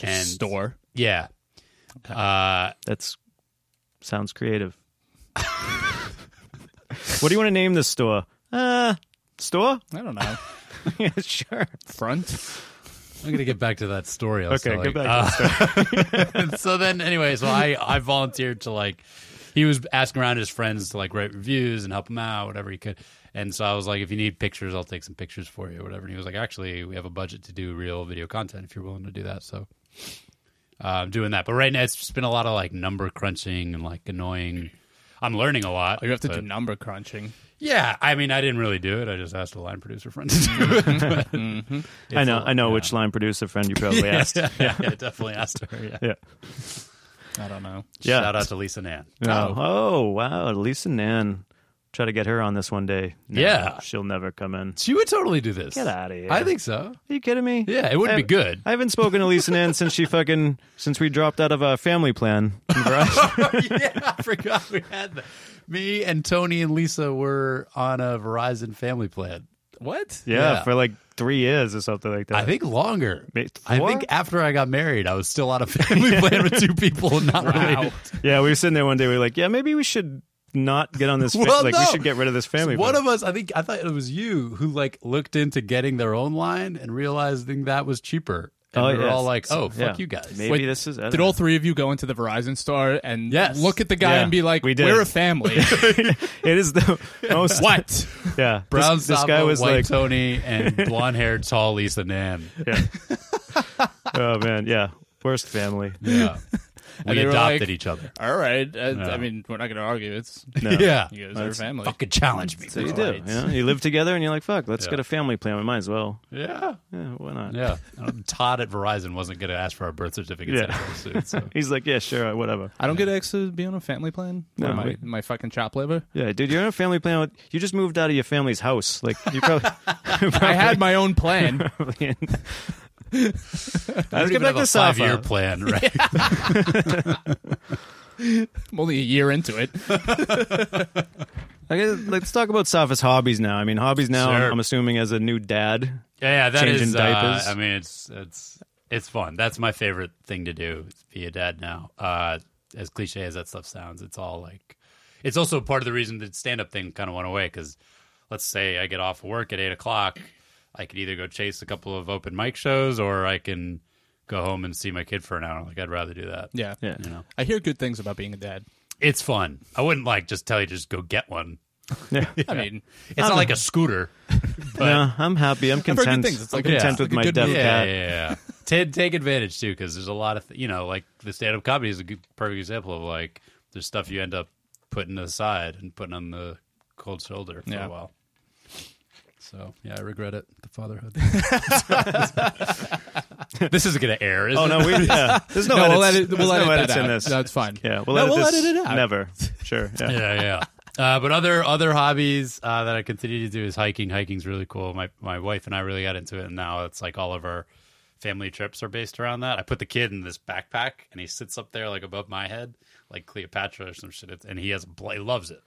Speaker 3: and
Speaker 1: store.
Speaker 3: Yeah, uh,
Speaker 2: That's sounds creative. what do you want to name this store? Uh, store? <laughs>
Speaker 1: I don't know.
Speaker 2: yeah, sure.
Speaker 1: Front.
Speaker 3: I'm gonna get back to that story. I was
Speaker 2: Okay,
Speaker 3: telling.
Speaker 2: go back to
Speaker 3: Uh, <laughs> so then, anyway, so I I volunteered to like. He was asking around his friends to like write reviews and help him out, whatever he could. And so I was like, if you need pictures, I'll take some pictures for you, or whatever. And he was like, actually, we have a budget to do real video content if you're willing to do that. So uh, I'm doing that. But right now, it's just been a lot of like number crunching and like annoying. I'm learning a lot.
Speaker 1: Oh, you have to
Speaker 3: but-
Speaker 1: do number crunching.
Speaker 3: Yeah, I mean, I didn't really do it. I just asked a line producer friend to do it. <laughs> but
Speaker 1: Mm-hmm.
Speaker 2: I
Speaker 3: it's
Speaker 2: know.
Speaker 3: a-
Speaker 2: I know which line producer friend you
Speaker 3: <laughs>
Speaker 2: probably
Speaker 3: yeah,
Speaker 2: asked.
Speaker 3: yeah, yeah, I definitely asked her. Yeah.
Speaker 2: Yeah.
Speaker 1: I don't know.
Speaker 2: Yeah.
Speaker 3: Shout out to Lisa Nan.
Speaker 2: Oh. oh wow, Lisa Nan. Try to get her on this one day. No,
Speaker 3: Yeah.
Speaker 2: she'll never come in.
Speaker 3: She would totally do this.
Speaker 2: Get outta here.
Speaker 3: I think so.
Speaker 2: Are you kidding me?
Speaker 3: Yeah, it would
Speaker 2: I-
Speaker 3: be <laughs> good.
Speaker 2: I haven't spoken to Lisa Nan since she fucking since we dropped out of our family plan.
Speaker 3: <laughs> Oh, yeah, I forgot we had that. Me and Tony and Lisa were on a Verizon family plan.
Speaker 1: What?
Speaker 2: Yeah,
Speaker 3: Yeah.
Speaker 2: for like three years or something like that.
Speaker 3: I think longer.
Speaker 2: Wait,
Speaker 3: I
Speaker 2: four?
Speaker 3: think after I got married, I was still on a <laughs> family plan with two people. Not
Speaker 1: Wow.
Speaker 3: related.
Speaker 2: yeah, we were sitting there one day. We were like, yeah, maybe we should not get
Speaker 3: <laughs>
Speaker 2: on this. Fa-
Speaker 3: Well,
Speaker 2: like,
Speaker 3: no.
Speaker 2: we should get rid of this family.
Speaker 3: One
Speaker 2: plan.
Speaker 3: of us, I think, I thought it was you who like looked into getting their own line and realizing that was cheaper. And
Speaker 2: Oh,
Speaker 3: we were
Speaker 2: yes.
Speaker 3: all like, "Oh, fuck
Speaker 2: Yeah.
Speaker 3: you guys!"
Speaker 2: Maybe
Speaker 1: Wait,
Speaker 2: this is. I don't
Speaker 1: Did
Speaker 2: know.
Speaker 1: all
Speaker 3: <laughs>
Speaker 1: three of you go into the Verizon store and
Speaker 3: Yes.
Speaker 1: look at the guy
Speaker 2: Yeah,
Speaker 1: and be like,
Speaker 2: we did.
Speaker 1: "We're a
Speaker 2: <laughs>
Speaker 1: family"?
Speaker 2: <laughs>
Speaker 1: <laughs>
Speaker 2: It is
Speaker 3: <laughs>
Speaker 2: the most.
Speaker 1: what?
Speaker 2: Yeah,
Speaker 3: Brown
Speaker 2: this, this guy was
Speaker 3: white
Speaker 2: like, <laughs>
Speaker 3: Tony, and blonde-haired, tall Lisa Nan. <laughs>
Speaker 2: oh man, yeah, worst family.
Speaker 3: Yeah, we
Speaker 1: they were like-
Speaker 3: adopted each
Speaker 2: <laughs>
Speaker 3: other.
Speaker 1: All right. Uh, I
Speaker 3: Yeah.
Speaker 1: mean, we're not going to argue. It's
Speaker 2: No.
Speaker 3: Yeah,
Speaker 1: you guys are a family.
Speaker 3: fucking challenge me.
Speaker 2: So you do. You, know? you live together, and you're like, "Fuck, let's
Speaker 3: Yeah.
Speaker 2: get a family plan. We might as well.
Speaker 3: Yeah,
Speaker 2: Yeah, why not?"
Speaker 3: yeah. Um, Todd at Verizon wasn't going to ask for our birth certificates
Speaker 2: Yeah.
Speaker 3: anytime
Speaker 2: <laughs>
Speaker 3: soon. So.
Speaker 2: He's like, "Yeah, sure, whatever."
Speaker 1: I don't get asked to be on a family plan.
Speaker 2: No,
Speaker 1: What am I-
Speaker 2: we-
Speaker 1: my fucking chop liver.
Speaker 2: Yeah, dude, you're in a family plan. With, you just moved out of your family's house. Like, you probably.
Speaker 1: I had my own
Speaker 2: <laughs>
Speaker 1: plan.
Speaker 2: probably
Speaker 1: <laughs>
Speaker 3: I
Speaker 2: Let's
Speaker 3: don't
Speaker 2: get
Speaker 3: even
Speaker 2: back
Speaker 3: have
Speaker 2: to
Speaker 3: a
Speaker 2: Safa.
Speaker 3: five-year plan,
Speaker 2: <laughs>
Speaker 3: right?
Speaker 1: I'm only a year into it.
Speaker 2: I guess, let's talk about Safa's hobbies now. I mean, hobbies now.
Speaker 3: Sure.
Speaker 2: I'm, I'm assuming as a new dad.
Speaker 3: Yeah, that is.
Speaker 2: Changing diapers.
Speaker 3: Uh, I mean, it's it's it's fun. That's my favorite thing to do. Is be a dad now. Uh, as cliche as that stuff sounds, it's all like. It's also part of the reason the stand-up thing kind of went away because, let's say I get off of work at eight o'clock, I could either go chase a couple of open mic shows or I can go home and see my kid for an hour. Like I'd rather do that.
Speaker 1: Yeah.
Speaker 2: Yeah.
Speaker 3: you know,
Speaker 1: I hear good things about being a dad.
Speaker 3: it's fun. I wouldn't like just tell you to just go get one. <laughs>
Speaker 2: Yeah.
Speaker 1: I mean,
Speaker 3: It's not like a scooter.
Speaker 2: no, I'm happy. I'm
Speaker 1: heard good
Speaker 2: content.
Speaker 1: things. It's like
Speaker 2: I'm
Speaker 1: a-
Speaker 2: content
Speaker 1: it's like a
Speaker 2: with my
Speaker 1: good
Speaker 2: deaf
Speaker 1: meal.
Speaker 3: yeah,
Speaker 2: cat.
Speaker 3: yeah, yeah. <laughs> Ted, take advantage too, because there's a lot of th- you know, like the stand-up comedy is a good, perfect example of like there's stuff you end up putting aside and putting on the cold shoulder for
Speaker 1: Yeah.
Speaker 3: a while. So yeah, I regret it. The fatherhood. <laughs> this is gonna air. Isn't
Speaker 2: Oh no,
Speaker 3: it?
Speaker 1: <laughs>
Speaker 2: we, <laughs> yeah. there's no,
Speaker 1: no, we'll
Speaker 2: edits.
Speaker 1: edit, we'll edit
Speaker 2: There's no
Speaker 1: that
Speaker 2: edits
Speaker 1: out.
Speaker 2: in this.
Speaker 1: That's fine.
Speaker 2: Yeah, we'll,
Speaker 1: No,
Speaker 2: edit,
Speaker 1: we'll
Speaker 2: this.
Speaker 1: edit it out.
Speaker 2: Never, sure. Yeah.
Speaker 3: yeah, yeah. Uh, but other other hobbies uh, that I continue to do is hiking. Hiking's really cool. My my wife and I really got into it, and now it's like all of our family trips are based around that. I put the kid in this backpack, and he sits up there like above my head, like Cleopatra or some shit. It's- And he has a- he loves it.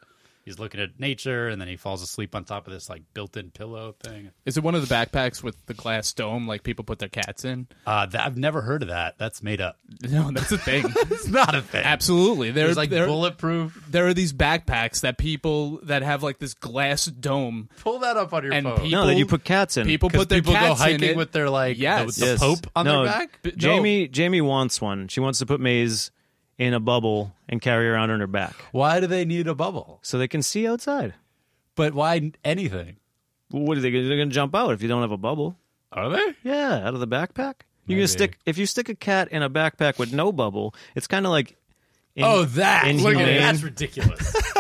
Speaker 3: He's looking at nature, and then he falls asleep on top of this like built-in pillow thing.
Speaker 1: Is it one of the backpacks with the glass dome like people put their cats in?
Speaker 3: Uh, that, I've never heard of that. That's made up. <laughs>
Speaker 1: No, that's a thing.
Speaker 3: It's not a
Speaker 1: <laughs>
Speaker 3: thing.
Speaker 1: Absolutely. There's
Speaker 3: There's like
Speaker 1: there,
Speaker 3: bulletproof.
Speaker 1: there are these backpacks that people that have like this glass dome.
Speaker 3: Pull that up on your
Speaker 1: And
Speaker 3: phone.
Speaker 1: people-
Speaker 2: No, that you put cats in.
Speaker 1: People
Speaker 3: Because
Speaker 1: put their
Speaker 3: people go
Speaker 1: cats in
Speaker 3: hiking
Speaker 1: it.
Speaker 3: with their like the-
Speaker 1: Yes.
Speaker 3: the,
Speaker 2: Yes.
Speaker 3: Pope on
Speaker 2: No,
Speaker 3: their back.
Speaker 1: B- no.
Speaker 2: Jamie Jamie wants one. She wants to put Maze in a bubble and carry her around on her back
Speaker 3: Why do they need a bubble?
Speaker 2: so they can see outside.
Speaker 3: But why anything?
Speaker 2: Well, what are they? gonna- They're going to jump out if you don't have a bubble.
Speaker 3: Are they?
Speaker 2: Yeah, out of the backpack. You're
Speaker 3: Maybe.
Speaker 2: gonna stick if you stick a cat in a backpack with no bubble. It's kind of like in-
Speaker 3: oh, that. Look at
Speaker 2: inhumane.
Speaker 3: it. That's ridiculous.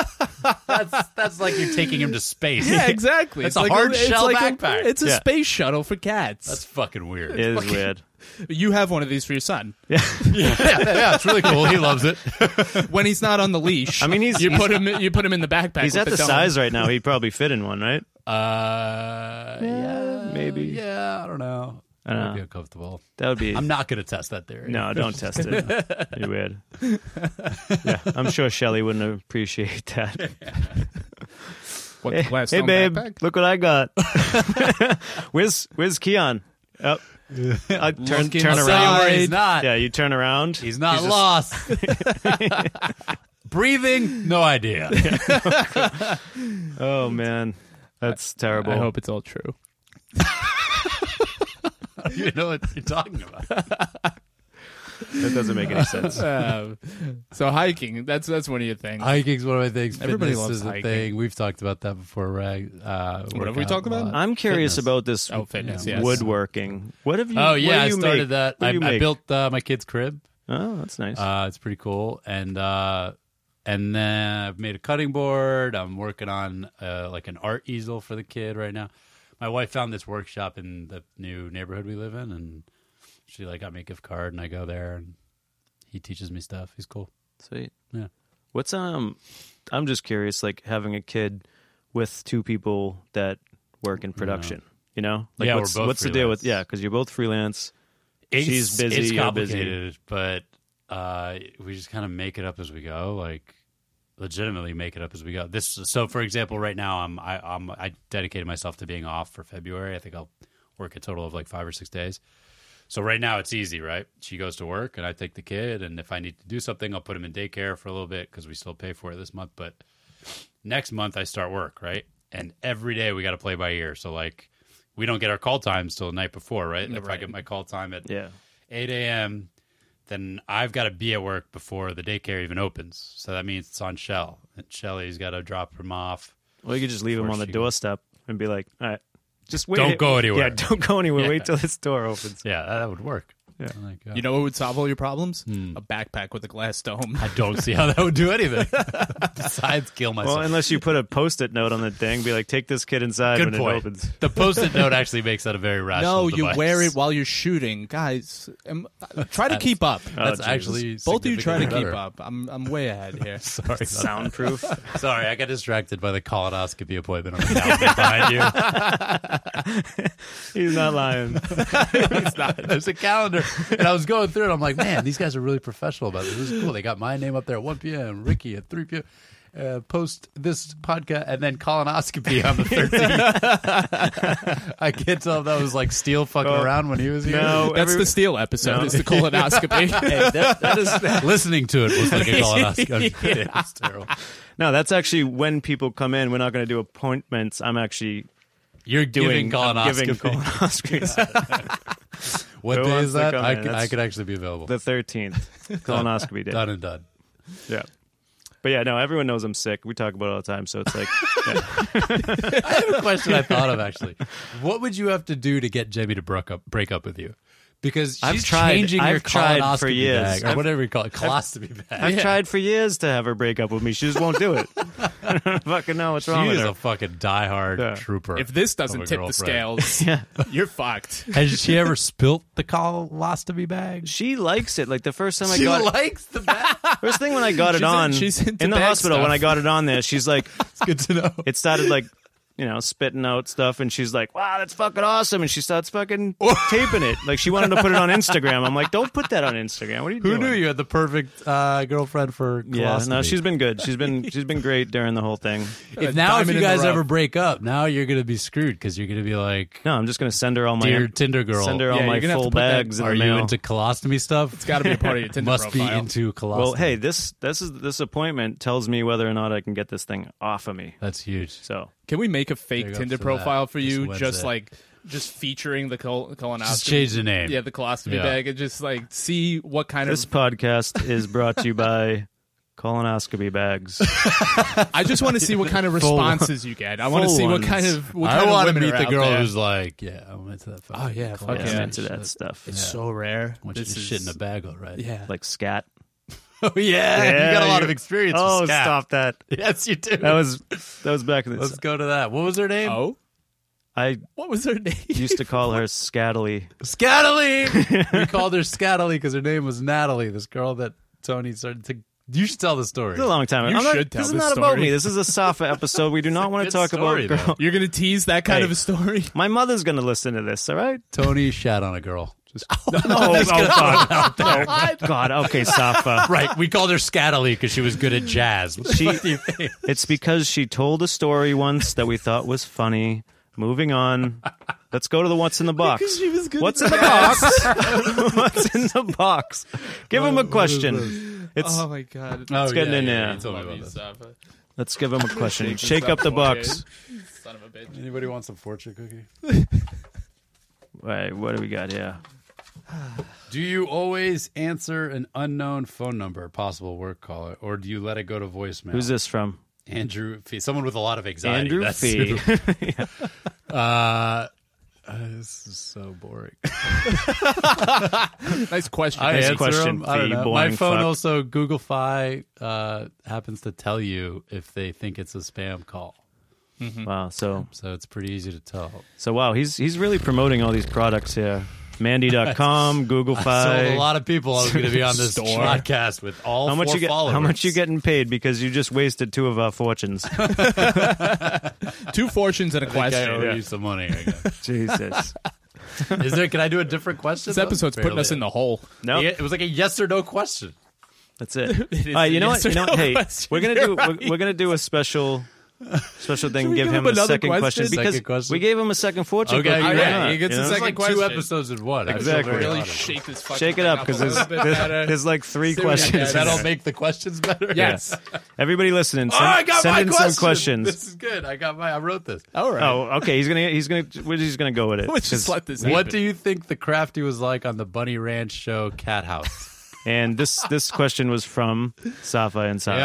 Speaker 3: that's that's like you're taking him to space.
Speaker 1: <laughs>
Speaker 3: <laughs>
Speaker 1: Yeah, exactly.
Speaker 3: It's a hard shell backpack.
Speaker 1: A, it's a
Speaker 2: Yeah.
Speaker 1: space shuttle for cats.
Speaker 3: That's fucking weird.
Speaker 2: It
Speaker 3: <laughs>
Speaker 2: is weird.
Speaker 1: you have one of these for your son
Speaker 3: yeah, yeah, it's really cool. He loves it.
Speaker 1: when he's not on the leash.
Speaker 2: I mean, he's-
Speaker 1: you put him you put him in the backpack.
Speaker 2: He's
Speaker 1: with
Speaker 2: at the
Speaker 1: dome.
Speaker 2: size right now. He'd probably fit in one, right?
Speaker 3: <laughs> Uh, yeah,
Speaker 2: maybe.
Speaker 3: Yeah, I don't know. I
Speaker 2: don't
Speaker 3: don't
Speaker 2: know.
Speaker 3: be uncomfortable.
Speaker 2: That would be.
Speaker 3: I'm not going to test that theory.
Speaker 2: no, don't test it. It'd be weird. Yeah, I'm sure Shelly wouldn't appreciate that.
Speaker 1: What,
Speaker 2: Hey,
Speaker 1: glass
Speaker 2: hey,
Speaker 1: dome
Speaker 2: babe,
Speaker 1: backpack?
Speaker 2: look what I got. where's Where's Keon? Oh, I turn
Speaker 1: Looking
Speaker 2: turn
Speaker 3: I'll tell you
Speaker 2: around.
Speaker 3: where
Speaker 1: Side.
Speaker 3: he's not.
Speaker 2: Yeah, you turn around.
Speaker 3: He's not lost. <laughs> Breathing? No idea.
Speaker 2: oh man, that's terrible.
Speaker 1: I hope it's all true.
Speaker 3: <laughs> you know what you're talking about.
Speaker 2: that doesn't make any sense.
Speaker 1: Uh, so hiking, that's that's one of your things.
Speaker 3: Hiking's one of my things.
Speaker 1: Everybody
Speaker 3: Fitness
Speaker 1: loves
Speaker 3: is a
Speaker 1: hiking.
Speaker 3: thing. We've talked about that before. Rag. Uh,
Speaker 1: What have
Speaker 3: work
Speaker 1: we
Speaker 3: out
Speaker 1: talked
Speaker 3: a
Speaker 1: about?
Speaker 3: lot.
Speaker 2: I'm curious
Speaker 3: Fitness.
Speaker 2: about this
Speaker 1: oh, fitness. Yes.
Speaker 2: woodworking. What have you?
Speaker 3: Oh
Speaker 2: what do
Speaker 3: yeah, I
Speaker 2: you
Speaker 3: started
Speaker 2: make?
Speaker 3: that.
Speaker 2: What do
Speaker 3: I,
Speaker 2: you
Speaker 3: I
Speaker 2: make?
Speaker 3: built uh, my kid's crib.
Speaker 2: Oh, that's nice.
Speaker 3: Uh, it's pretty cool. And uh, and then I've made a cutting board. I'm working on uh, like an art easel for the kid right now. My wife found this workshop in the new neighborhood we live in, and she like got me a gift card, and I go there, and he teaches me stuff. He's cool.
Speaker 2: Sweet.
Speaker 3: Yeah.
Speaker 2: What's um? I'm just curious, like having a kid with two people that work in production. You know, like
Speaker 3: Yeah, we're
Speaker 2: what's
Speaker 3: both
Speaker 2: what's the deal with?
Speaker 3: freelance.
Speaker 2: Yeah, because you're both freelance.
Speaker 3: It's,
Speaker 2: She's busy,
Speaker 3: It's
Speaker 2: you're busy.
Speaker 3: complicated, but uh, we just kind of make it up as we go. Like legitimately make it up as we go. This so for example, right now I'm I I'm, I dedicated myself to being off for February. I think I'll work a total of like five or six days. So right now it's easy, right? She goes to work and I take the kid, and if I need to do something, I'll put him in daycare for a little bit because we still pay for it this month. But next month I start work, right? And every day we got to play by ear. So like we don't get our call times till the night before, right? If I
Speaker 1: Right.
Speaker 3: get my call time at
Speaker 2: Yeah.
Speaker 3: 8 a.m., then I've got to be at work before the daycare even opens. So that means it's on Shell. And Shelly's got to drop him off.
Speaker 2: Well, you could just leave
Speaker 3: Of
Speaker 2: him on
Speaker 3: course
Speaker 2: the
Speaker 3: you can.
Speaker 2: doorstep and be like, all right, just wait.
Speaker 3: Don't go anywhere.
Speaker 2: Yeah, don't go anywhere.
Speaker 3: Yeah.
Speaker 2: Wait till this door opens.
Speaker 3: Yeah, that, that would work.
Speaker 2: Yeah.
Speaker 3: I'm like, uh,
Speaker 1: You know what would solve all your problems? A backpack with a glass <laughs> dome.
Speaker 3: I don't see how that would do anything besides kill myself.
Speaker 2: Well, unless you put a post-it note on the thing, be like, take this kid inside
Speaker 3: Good
Speaker 2: when
Speaker 3: point.
Speaker 2: it opens.
Speaker 3: the post-it note actually makes that a very rational.
Speaker 1: No, you
Speaker 3: device.
Speaker 1: wear it while you're shooting, guys. am- try to keep <laughs> up.
Speaker 3: That's
Speaker 2: Oh,
Speaker 3: actually
Speaker 1: Both of you try to
Speaker 3: significantly
Speaker 1: keep
Speaker 3: better.
Speaker 1: up. I'm I'm way ahead <laughs> here.
Speaker 3: <laughs> Sorry,
Speaker 2: <laughs>
Speaker 3: about
Speaker 2: Soundproof.
Speaker 3: that. sorry, I got distracted by the colonoscopy appointment on the balcony behind you.
Speaker 2: He's not lying.
Speaker 3: It's not. <laughs> There's a calendar, and I was going through it. I'm like, man, these guys are really professional about this. This is cool. They got my name up there at 1 p.m., Ricky at 3 p.m. Uh, post this podcast and then colonoscopy on the 13th. <laughs> I can't tell if that was like Steele fucking around when he was here.
Speaker 2: Oh, No,
Speaker 1: That's
Speaker 2: every-
Speaker 1: the steel episode. It's the colonoscopy. <laughs>
Speaker 3: <laughs> Hey, that-
Speaker 2: <laughs>
Speaker 3: that is, listening to it was like a colonoscopy. <laughs> It was terrible.
Speaker 2: no. That's actually when people come in. We're not going to do appointments. I'm actually
Speaker 3: You're
Speaker 2: doing
Speaker 3: giving colonoscopy.
Speaker 2: I'm giving colonoscopies.
Speaker 3: What
Speaker 2: Who
Speaker 3: day
Speaker 2: wants
Speaker 3: is
Speaker 2: to
Speaker 3: that?
Speaker 2: come
Speaker 3: I,
Speaker 2: in?
Speaker 3: c- I
Speaker 2: That's-
Speaker 3: could actually be available.
Speaker 2: the 13th colonoscopy day.
Speaker 3: Done and done.
Speaker 2: Yeah. But yeah, no, everyone knows I'm sick. We talk about it all the time, so it's like
Speaker 3: The <laughs> question I thought
Speaker 2: <laughs>
Speaker 3: of actually: What would you have to do to get Jamie to break up break up with you? Because she's
Speaker 2: I've tried-
Speaker 3: changing your
Speaker 2: I've tried
Speaker 3: colonoscopy
Speaker 2: for years.
Speaker 3: bag or
Speaker 2: I've-
Speaker 3: whatever you call it, colostomy bag.
Speaker 2: I've tried for years to have her break up with me. She just won't do it. <laughs> I don't fucking know what's wrong
Speaker 3: <laughs> She
Speaker 2: with
Speaker 3: is
Speaker 2: her.
Speaker 3: a fucking diehard
Speaker 2: Yeah.
Speaker 3: trooper.
Speaker 1: if this
Speaker 3: of
Speaker 1: doesn't
Speaker 3: a
Speaker 1: tip the
Speaker 3: girlfriend. <laughs>
Speaker 1: scales, you're fucked.
Speaker 3: has she ever spilt the colostomy bag?
Speaker 2: she likes it. Like the first time I
Speaker 3: She
Speaker 2: got
Speaker 3: likes the bag.
Speaker 2: it, first thing when I got it
Speaker 1: She's in-
Speaker 2: on
Speaker 1: she's into
Speaker 2: in the
Speaker 1: bad
Speaker 2: hospital
Speaker 1: stuff.
Speaker 2: when I got it on there, she's like,
Speaker 3: It's good to know.
Speaker 2: it started like you know spitting out stuff and she's like wow that's fucking awesome and she starts fucking taping it like she wanted to put it on instagram i'm like don't put that on instagram what are you
Speaker 3: Who
Speaker 2: doing
Speaker 3: knew you had the perfect uh, girlfriend for colostomy?
Speaker 2: yeah no she's been good she's been she's been great during the whole thing
Speaker 3: If now, if
Speaker 1: diamond
Speaker 3: you
Speaker 1: in the
Speaker 3: guys
Speaker 1: rough.
Speaker 3: ever break up, now you're gonna be screwed because you're gonna be like,
Speaker 2: no i'm just gonna send her all my
Speaker 3: dear Tinder girl,
Speaker 2: send her
Speaker 1: Yeah,
Speaker 2: all
Speaker 1: you're
Speaker 2: my
Speaker 1: gonna have to
Speaker 2: full
Speaker 1: put that-
Speaker 2: bags in
Speaker 3: are
Speaker 2: the
Speaker 3: you
Speaker 2: mail
Speaker 3: into colostomy stuff?
Speaker 1: It's got to be a part
Speaker 3: <laughs>
Speaker 1: of your Tinder
Speaker 3: Must be
Speaker 1: profile.
Speaker 3: into colostomy.
Speaker 2: well hey this this is this appointment tells me whether or not i can get this thing off of me
Speaker 3: that's huge.
Speaker 2: so
Speaker 1: Can we make a fake
Speaker 3: Big ups
Speaker 1: Tinder
Speaker 3: to
Speaker 1: profile
Speaker 3: that.
Speaker 1: for
Speaker 3: Just
Speaker 1: you?
Speaker 3: Wednesday.
Speaker 1: Just like just featuring the col- colonoscopy.
Speaker 3: Just change the name.
Speaker 1: Yeah, the colostomy
Speaker 3: Yeah.
Speaker 1: bag, and just like see what kind
Speaker 2: this
Speaker 1: of.
Speaker 2: podcast is brought to you by colonoscopy bags
Speaker 1: I just want to see what kind
Speaker 3: <laughs>
Speaker 1: of responses you get. I want to
Speaker 2: full
Speaker 1: see what
Speaker 2: ones.
Speaker 1: kind of. What
Speaker 3: I
Speaker 1: kind
Speaker 3: want
Speaker 1: of
Speaker 3: to
Speaker 1: women
Speaker 3: meet
Speaker 1: are
Speaker 3: the
Speaker 1: out
Speaker 3: girl
Speaker 1: there.
Speaker 3: who's like, yeah, I'm into that. Fucking
Speaker 1: Oh, yeah, fuck
Speaker 3: colostomy
Speaker 2: yeah,
Speaker 1: yeah.
Speaker 2: i'm into that
Speaker 3: shit.
Speaker 2: stuff
Speaker 1: It's so rare.
Speaker 3: I want you
Speaker 1: This
Speaker 3: to
Speaker 1: is
Speaker 3: shit in a bag, all right?
Speaker 1: Yeah.
Speaker 2: like scat
Speaker 3: <laughs> Oh yeah, you got a lot of experience.
Speaker 2: Oh,
Speaker 3: with scat.
Speaker 2: stop that!
Speaker 3: <laughs> Yes, you do.
Speaker 2: That was that was back in the.
Speaker 3: Let's go to that. What was her name?
Speaker 1: Oh,
Speaker 2: I
Speaker 1: what was her name? <laughs>
Speaker 2: used to call her Scattily.
Speaker 3: Scattily.
Speaker 2: <laughs>
Speaker 3: we called her Scattily because her name was Natalie. This girl that Tony started to. You should tell the story.
Speaker 2: It's a long time.
Speaker 1: You
Speaker 2: I'm not-
Speaker 1: should tell
Speaker 2: this is
Speaker 1: this
Speaker 2: not about
Speaker 1: story.
Speaker 2: me. This is a Safa episode. We do not want to
Speaker 3: good
Speaker 2: talk
Speaker 3: story,
Speaker 2: about girl.
Speaker 1: You're gonna tease that kind
Speaker 2: Hey.
Speaker 1: of a story?
Speaker 2: My mother's gonna listen to this.
Speaker 1: <laughs>
Speaker 2: All right.
Speaker 3: Tony shat on a girl.
Speaker 2: <laughs>
Speaker 3: Just,
Speaker 2: No, oh, God. No. Oh God.
Speaker 1: <laughs>
Speaker 2: Okay, Safa.
Speaker 3: <laughs> right. We called her Scattily because she was good at jazz.
Speaker 2: uh.
Speaker 3: <laughs> Oh,
Speaker 2: She. It's because she told a story once that we thought was funny. Moving on. Let's go to the what's in the box.
Speaker 1: she was good
Speaker 2: What's
Speaker 1: at
Speaker 2: in the box? <laughs> what's in the box? Give him a question. It's
Speaker 1: Oh my god!
Speaker 3: Oh,
Speaker 2: It's getting
Speaker 3: yeah,
Speaker 2: in
Speaker 3: yeah,
Speaker 2: there.
Speaker 3: you told me about this.
Speaker 1: uh,
Speaker 2: let's give him a question. Shake up the box.
Speaker 1: Son of a bitch.
Speaker 3: Anybody want some fortune cookie?
Speaker 2: All right, what do we got here?
Speaker 3: Do you always answer an unknown phone number, possible work caller, or do you let it go to voicemail?
Speaker 2: Who's this from?
Speaker 3: Andrew Fee. Someone with a lot of anxiety.
Speaker 2: Andrew
Speaker 3: That's
Speaker 2: Fee.
Speaker 3: who- Uh, uh, this is so boring.
Speaker 1: Nice question.
Speaker 3: <laughs> I
Speaker 2: Nice
Speaker 3: answer
Speaker 2: question,
Speaker 3: 'em. I don't
Speaker 2: Fee,
Speaker 3: know.
Speaker 2: boring
Speaker 3: My phone
Speaker 2: fuck.
Speaker 3: also Google Fi uh, happens to tell you if they think it's a spam call,
Speaker 2: <laughs> Wow. So
Speaker 3: so it's pretty easy to tell.
Speaker 2: so wow. He's he's really promoting all these products here. Mandy.com, Google
Speaker 3: I told a
Speaker 2: Fi.
Speaker 3: lot of people I was going to be
Speaker 2: <laughs>
Speaker 3: on this
Speaker 1: Store.
Speaker 3: podcast with all
Speaker 2: How much
Speaker 3: four
Speaker 2: you get?
Speaker 3: followers.
Speaker 2: How much you getting paid? Because you just wasted two of our fortunes.
Speaker 1: Two fortunes and a
Speaker 3: I
Speaker 1: question.
Speaker 2: <laughs>
Speaker 3: owe you some money. I guess.
Speaker 2: Jesus.
Speaker 3: Is there? Can I do a different question?
Speaker 1: This episode's putting us in the hole.
Speaker 2: No,
Speaker 3: It was like a yes or no question.
Speaker 2: that's it. All right, you know
Speaker 1: yes
Speaker 2: what? You
Speaker 1: or
Speaker 2: know,
Speaker 1: no
Speaker 2: what? hey,
Speaker 1: question.
Speaker 2: we're gonna
Speaker 1: You're
Speaker 2: do we're, we're gonna do a special special thing.
Speaker 1: we
Speaker 2: Give
Speaker 1: give
Speaker 2: him
Speaker 1: him
Speaker 2: a
Speaker 1: another
Speaker 2: second question,
Speaker 1: question?
Speaker 2: because
Speaker 3: Second question?
Speaker 2: we gave him a second fortune.
Speaker 3: Okay,
Speaker 2: cookie, why
Speaker 3: you're right.
Speaker 2: not,
Speaker 1: He gets
Speaker 2: you
Speaker 1: a
Speaker 2: know?
Speaker 1: second
Speaker 3: It's like two
Speaker 1: question.
Speaker 3: episodes in one. I feel
Speaker 2: Exactly.
Speaker 3: very
Speaker 1: Really
Speaker 3: honored.
Speaker 1: shake this fucking
Speaker 2: Shake it
Speaker 1: thing
Speaker 2: up because
Speaker 1: a
Speaker 2: there's,
Speaker 1: little bit better.
Speaker 2: there's, there's like three
Speaker 1: See what you get.
Speaker 2: questions.
Speaker 3: That'll make the questions better.
Speaker 1: yes.
Speaker 2: Everybody listening, send,
Speaker 3: oh, I got
Speaker 2: send
Speaker 3: my
Speaker 2: in
Speaker 3: question.
Speaker 2: some questions.
Speaker 3: This is good. I got my. I wrote this.
Speaker 1: All right.
Speaker 2: Oh, okay. He's gonna. He's gonna. We're just gonna go with it.
Speaker 1: Let's just
Speaker 2: 'Cause-
Speaker 1: let this.
Speaker 3: What do you think the crafty was like on the Bunny Ranch show Cat House?
Speaker 2: <laughs> And this this question was from Safa and Safa.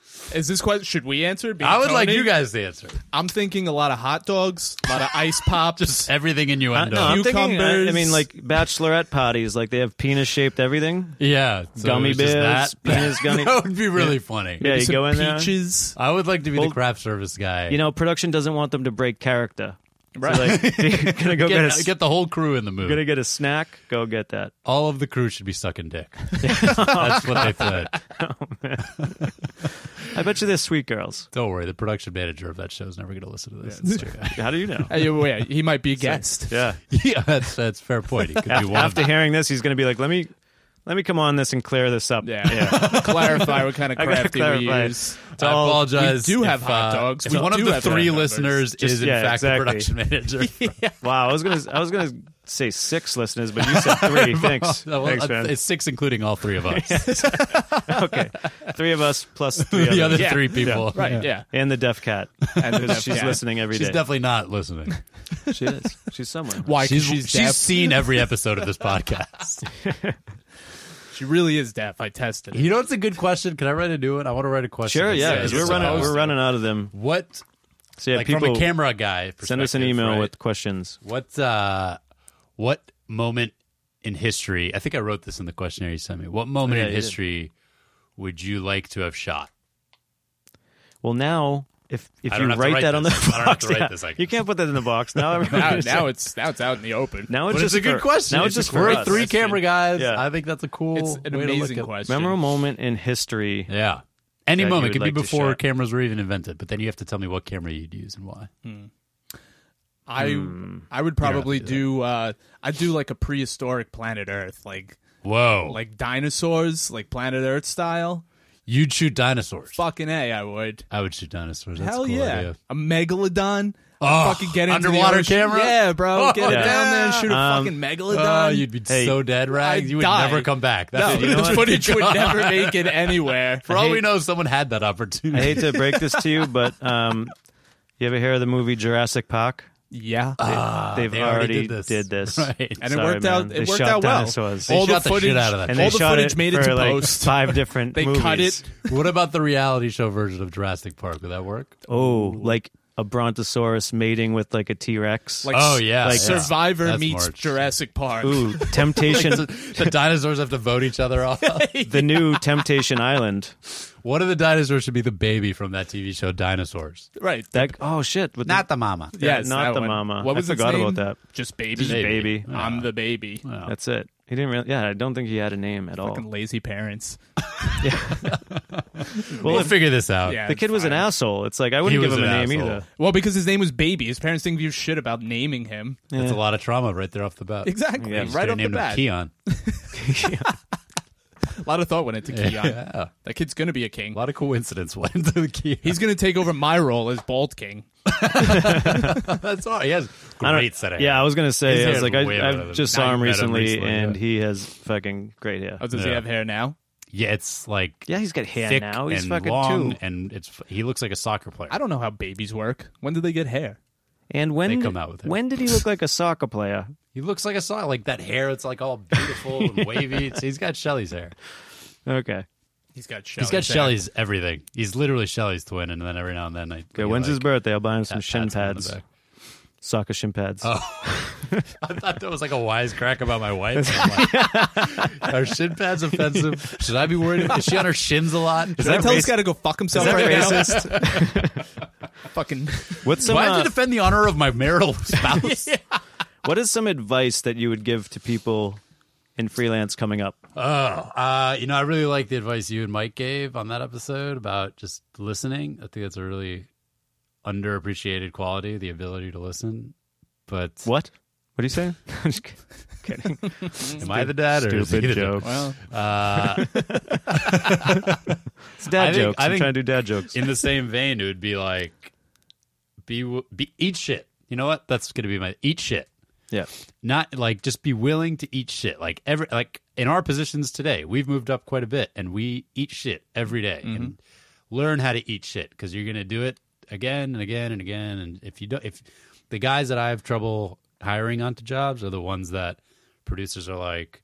Speaker 3: yeah,
Speaker 1: Is this question? Should we answer? Being
Speaker 3: I would like
Speaker 1: Tony?
Speaker 3: you guys to answer.
Speaker 1: I'm thinking a lot of hot dogs, a lot of ice
Speaker 3: <laughs>
Speaker 1: pops.
Speaker 3: Everything in you
Speaker 2: Uh, no, I'm thinking, I, I
Speaker 1: Cucumbers.
Speaker 2: mean, like bachelorette parties, like they have penis shaped everything,
Speaker 3: Yeah, so
Speaker 2: gummy
Speaker 3: it's just
Speaker 2: bears,
Speaker 3: That.
Speaker 2: penis gummy.
Speaker 3: <laughs> that would be really funny.
Speaker 2: yeah, you
Speaker 1: some
Speaker 2: go in there.
Speaker 1: peaches.
Speaker 3: I would like to be
Speaker 2: Well,
Speaker 3: the craft service guy.
Speaker 2: You know, production doesn't want them to break character. Right. So like, <laughs> you're gonna go get,
Speaker 3: <laughs> get,
Speaker 2: a,
Speaker 3: get the whole crew in the movie.
Speaker 2: gonna get a snack. Go get that.
Speaker 3: All of the crew should be
Speaker 2: <laughs>
Speaker 3: sucking dick. That's what they said.
Speaker 2: I bet you they're sweet girls.
Speaker 3: Don't worry, the production manager of that show is never going to listen to this. It's okay.
Speaker 2: How do
Speaker 1: <laughs>
Speaker 2: you know?
Speaker 1: Hey, wait, he might
Speaker 3: <laughs>
Speaker 1: be a guest.
Speaker 2: Yeah.
Speaker 3: yeah, that's that's fair point. It could be one. of
Speaker 2: After hearing this, he's gonna be like, "Let me, let me come on this and clear this up."
Speaker 1: Yeah. <laughs> clarify what kind of
Speaker 2: I gotta
Speaker 1: crafty we
Speaker 2: clarify.
Speaker 1: use.
Speaker 3: I apologize.
Speaker 1: we do
Speaker 3: if, uh,
Speaker 1: have hot dogs.
Speaker 3: If
Speaker 1: We
Speaker 3: one of
Speaker 1: do
Speaker 3: the
Speaker 1: have hot
Speaker 3: three
Speaker 1: dogs.
Speaker 3: listeners
Speaker 2: Just-
Speaker 3: is in
Speaker 2: yeah,
Speaker 3: fact
Speaker 2: exactly.
Speaker 3: the production
Speaker 2: <laughs>
Speaker 3: manager,
Speaker 2: Wow, I was gonna I was gonna say six listeners, but you said
Speaker 3: <laughs>
Speaker 2: three. Thanks,
Speaker 3: Well,
Speaker 2: thanks,
Speaker 3: uh,
Speaker 2: man.
Speaker 3: <laughs> it's six, including all three
Speaker 2: <laughs>
Speaker 3: of us.
Speaker 2: Okay, three of us
Speaker 3: <laughs>
Speaker 2: plus three
Speaker 3: the other
Speaker 2: others.
Speaker 3: three people.
Speaker 1: Right. Yeah.
Speaker 2: and the deaf
Speaker 3: <laughs>
Speaker 2: cat.
Speaker 1: And the
Speaker 2: Because she's
Speaker 1: Deaf Cat.
Speaker 2: listening every day.
Speaker 3: She's definitely
Speaker 2: <laughs>
Speaker 3: not listening.
Speaker 2: She is. She's somewhere.
Speaker 1: Why? 'Cause
Speaker 3: She's,
Speaker 1: she's,
Speaker 3: she's,
Speaker 1: deaf.
Speaker 2: <laughs>
Speaker 3: seen every episode of this podcast.
Speaker 1: she really is deaf. I tested. it.
Speaker 3: <laughs> You know, it's a good question. Can I write a new one? I want to write a question.
Speaker 2: Sure,
Speaker 3: that
Speaker 2: yeah,
Speaker 3: says,
Speaker 2: because we're running
Speaker 3: uh,
Speaker 2: we're running out of them.
Speaker 3: What,
Speaker 2: So yeah,
Speaker 3: like
Speaker 2: people
Speaker 3: from a camera guy,
Speaker 2: send us an
Speaker 3: perspective,
Speaker 2: email
Speaker 3: right?
Speaker 2: with questions.
Speaker 3: what uh, what moment in history? I think I wrote this in the questionnaire you sent me. What moment
Speaker 2: yeah,
Speaker 3: in
Speaker 2: you did.
Speaker 3: history would you like to have shot?
Speaker 2: Well, now if if
Speaker 3: I
Speaker 2: you write,
Speaker 3: don't have to write
Speaker 2: that on the
Speaker 3: this. I don't have
Speaker 2: box,
Speaker 3: to write
Speaker 2: yeah,
Speaker 3: this, I guess.
Speaker 2: you can't put that in the box
Speaker 3: <laughs>
Speaker 1: <laughs>
Speaker 2: now.
Speaker 1: Now,
Speaker 2: everybody's-
Speaker 1: now it's now it's out in the open.
Speaker 2: <laughs> now
Speaker 3: But
Speaker 2: it's
Speaker 3: it's
Speaker 2: just
Speaker 3: a good
Speaker 2: for-
Speaker 3: question.
Speaker 2: Now it's just for
Speaker 3: we're
Speaker 2: us.
Speaker 3: three camera guys.
Speaker 2: Yeah.
Speaker 3: I think that's a cool.
Speaker 1: it's an
Speaker 3: way to look
Speaker 1: amazing
Speaker 3: at-
Speaker 1: question.
Speaker 2: Memorable moment in history.
Speaker 3: Yeah. Any
Speaker 2: that you
Speaker 3: moment
Speaker 2: would
Speaker 3: could
Speaker 2: like
Speaker 3: be
Speaker 2: to
Speaker 3: before
Speaker 2: shot.
Speaker 3: cameras were even invented, but then you have to tell me what camera you'd use and why.
Speaker 1: I I would probably
Speaker 3: do that.
Speaker 1: Hmm. do uh I do like a prehistoric planet Earth, like
Speaker 3: Whoa! Like
Speaker 1: like dinosaurs, like planet Earth style.
Speaker 3: you'd shoot dinosaurs.
Speaker 1: Fucking a, I would.
Speaker 3: I would shoot dinosaurs. That's
Speaker 1: Hell
Speaker 3: a cool
Speaker 1: yeah,
Speaker 3: idea.
Speaker 1: a megalodon.
Speaker 3: Oh,
Speaker 1: fucking get into
Speaker 3: underwater
Speaker 1: the ocean.
Speaker 3: camera?
Speaker 1: Yeah, bro, get it
Speaker 2: Yeah.
Speaker 1: down there and shoot a
Speaker 2: Um,
Speaker 1: fucking megalodon.
Speaker 3: Oh, you'd be
Speaker 2: Hey,
Speaker 3: so dead, Rags.
Speaker 1: I'd
Speaker 3: You would
Speaker 1: die.
Speaker 3: never come back.
Speaker 1: no,
Speaker 3: <laughs>
Speaker 1: <laughs>
Speaker 3: That's you know
Speaker 1: the
Speaker 3: what?
Speaker 1: footage would
Speaker 3: God.
Speaker 1: never make it anywhere.
Speaker 3: For all
Speaker 2: hate-
Speaker 3: we know, someone had that
Speaker 2: I
Speaker 3: opportunity.
Speaker 2: hate to break this to you, but um, you ever hear of the movie Jurassic Park?
Speaker 1: yeah, Ah,
Speaker 2: They've
Speaker 3: they already
Speaker 2: already
Speaker 3: did this. Right.
Speaker 1: <laughs>
Speaker 2: Right.
Speaker 1: and it
Speaker 2: Uh, Sorry,
Speaker 1: worked out.
Speaker 2: man.
Speaker 1: It
Speaker 2: They
Speaker 1: worked
Speaker 2: shot
Speaker 1: out well.
Speaker 2: dinosaurs.
Speaker 3: They
Speaker 1: All the
Speaker 3: shot the shit
Speaker 1: footage,
Speaker 3: out of
Speaker 2: and
Speaker 3: that thing.
Speaker 2: they
Speaker 1: all the
Speaker 2: shot
Speaker 1: footage
Speaker 2: it
Speaker 1: made it
Speaker 2: for
Speaker 1: to
Speaker 2: like
Speaker 1: post.
Speaker 2: five different
Speaker 1: They
Speaker 2: movies.
Speaker 1: cut it.
Speaker 3: What about the reality show version of Jurassic Park? Would that work? <laughs>
Speaker 2: Oh, like a brontosaurus mating with like a T Rex.
Speaker 1: Like,
Speaker 3: Oh, yeah,
Speaker 1: like
Speaker 3: yeah.
Speaker 1: Survivor
Speaker 3: That's
Speaker 1: meets
Speaker 3: more interesting.
Speaker 1: Jurassic Park. <laughs>
Speaker 2: Ooh, Temptation.
Speaker 3: the dinosaurs have to vote each other off.
Speaker 2: the new Temptation Island.
Speaker 3: One of the dinosaurs should be the baby from that TV show Dinosaurs.
Speaker 1: Right.
Speaker 2: That oh shit, with
Speaker 3: Not the mama.
Speaker 2: the, yeah, not
Speaker 1: that
Speaker 2: the
Speaker 1: one.
Speaker 2: mama.
Speaker 1: What was
Speaker 2: I
Speaker 1: its
Speaker 2: forgot about
Speaker 1: name? Oh.
Speaker 2: that.
Speaker 1: Just baby.
Speaker 2: Baby.
Speaker 1: I'm the baby.
Speaker 2: That's it. He didn't really. Yeah, I don't think he had a name at all.
Speaker 1: Fucking lazy parents.
Speaker 3: We'll figure this out.
Speaker 1: Yeah.
Speaker 2: The kid was an
Speaker 1: fine.
Speaker 2: asshole. It's like I wouldn't give
Speaker 3: was
Speaker 2: him a
Speaker 3: an
Speaker 2: name
Speaker 3: asshole.
Speaker 2: either.
Speaker 1: Well, because his name was Baby, his parents didn't give shit about naming
Speaker 3: <laughs>
Speaker 1: him.
Speaker 3: That's a lot of trauma right there off the bat.
Speaker 1: Exactly.
Speaker 2: Yeah, just
Speaker 1: right
Speaker 3: Should've
Speaker 1: off the
Speaker 3: named him
Speaker 1: bat.
Speaker 3: Keon.
Speaker 1: A lot of thought went into Keon.
Speaker 3: <laughs> Yeah.
Speaker 1: That kid's gonna be a king.
Speaker 3: A lot of coincidence went into the Keon.
Speaker 1: He's gonna take over my role as bald king.
Speaker 3: <laughs> That's all. He has
Speaker 2: I don't-
Speaker 3: great set of
Speaker 2: Yeah, I was gonna say.
Speaker 3: His
Speaker 2: I was
Speaker 3: hair's
Speaker 2: like, I,
Speaker 3: way better
Speaker 2: I
Speaker 3: than-
Speaker 2: just
Speaker 3: Now
Speaker 2: saw
Speaker 3: you
Speaker 2: him
Speaker 3: met him
Speaker 2: recently,
Speaker 3: recently,
Speaker 2: and
Speaker 3: yeah.
Speaker 2: he has fucking great hair.
Speaker 1: Oh, does he
Speaker 3: Yeah.
Speaker 1: have hair now?
Speaker 3: Yeah, it's like
Speaker 2: Uh, Yeah, he's got hair
Speaker 3: thick
Speaker 2: now. He's
Speaker 3: and
Speaker 2: fucking
Speaker 3: long,
Speaker 2: two.
Speaker 3: and it's he looks like a soccer player.
Speaker 1: I don't know how babies work. When do they get hair?
Speaker 2: And when
Speaker 3: They come out with it.
Speaker 2: when did he look like a soccer player?
Speaker 3: He looks like a soccer, like that hair. It's like all beautiful and wavy. It's, he's got Shelly's hair. <laughs>
Speaker 2: Okay,
Speaker 1: He's got Shelly's
Speaker 3: He's got
Speaker 1: hair.
Speaker 3: Shelly's everything. He's literally Shelly's twin, and then every now and then I.
Speaker 2: okay. When's his birthday? I'll buy him some shin pads,
Speaker 3: <laughs> I
Speaker 2: soccer shin pads.
Speaker 3: Oh. thought that was like a wisecrack about my wife.
Speaker 2: <laughs>
Speaker 3: I'm like, Are shin pads offensive? Should I be worried? Is she on her shins a lot?
Speaker 1: Did I
Speaker 2: that
Speaker 1: tell this
Speaker 2: racist?
Speaker 1: guy to go fuck himself
Speaker 2: that
Speaker 1: right now? <laughs> Fucking
Speaker 2: <laughs> What's some
Speaker 3: Why
Speaker 2: uh,
Speaker 3: have to defend the honor of my marital <laughs> spouse?
Speaker 2: what is some advice that you would give to people in freelance coming up?
Speaker 3: Uh, you know, I really like the advice you and Mike gave on that episode about just listening. I think that's a really underappreciated quality, the ability to listen. But
Speaker 2: What? What do you say? <laughs> I'm just kid- kidding.
Speaker 3: am I the dad or is he
Speaker 2: Stupid
Speaker 3: the
Speaker 2: joke.
Speaker 1: well,
Speaker 2: It's dad
Speaker 3: I think-
Speaker 2: jokes.
Speaker 3: I
Speaker 2: I'm
Speaker 3: think-
Speaker 2: trying to do dad jokes.
Speaker 3: <laughs> In the same vein, it would be like, be, w- be eat shit. You know what? That's going to be my eat shit.
Speaker 2: yeah.
Speaker 3: Not like just be willing to eat shit. Like every like in our positions today, we've moved up quite a bit, and we eat shit every day and learn how to eat shit because you're going to do it again and again and again. And if you don't, if the guys that I have trouble hiring onto jobs are the ones that producers are like,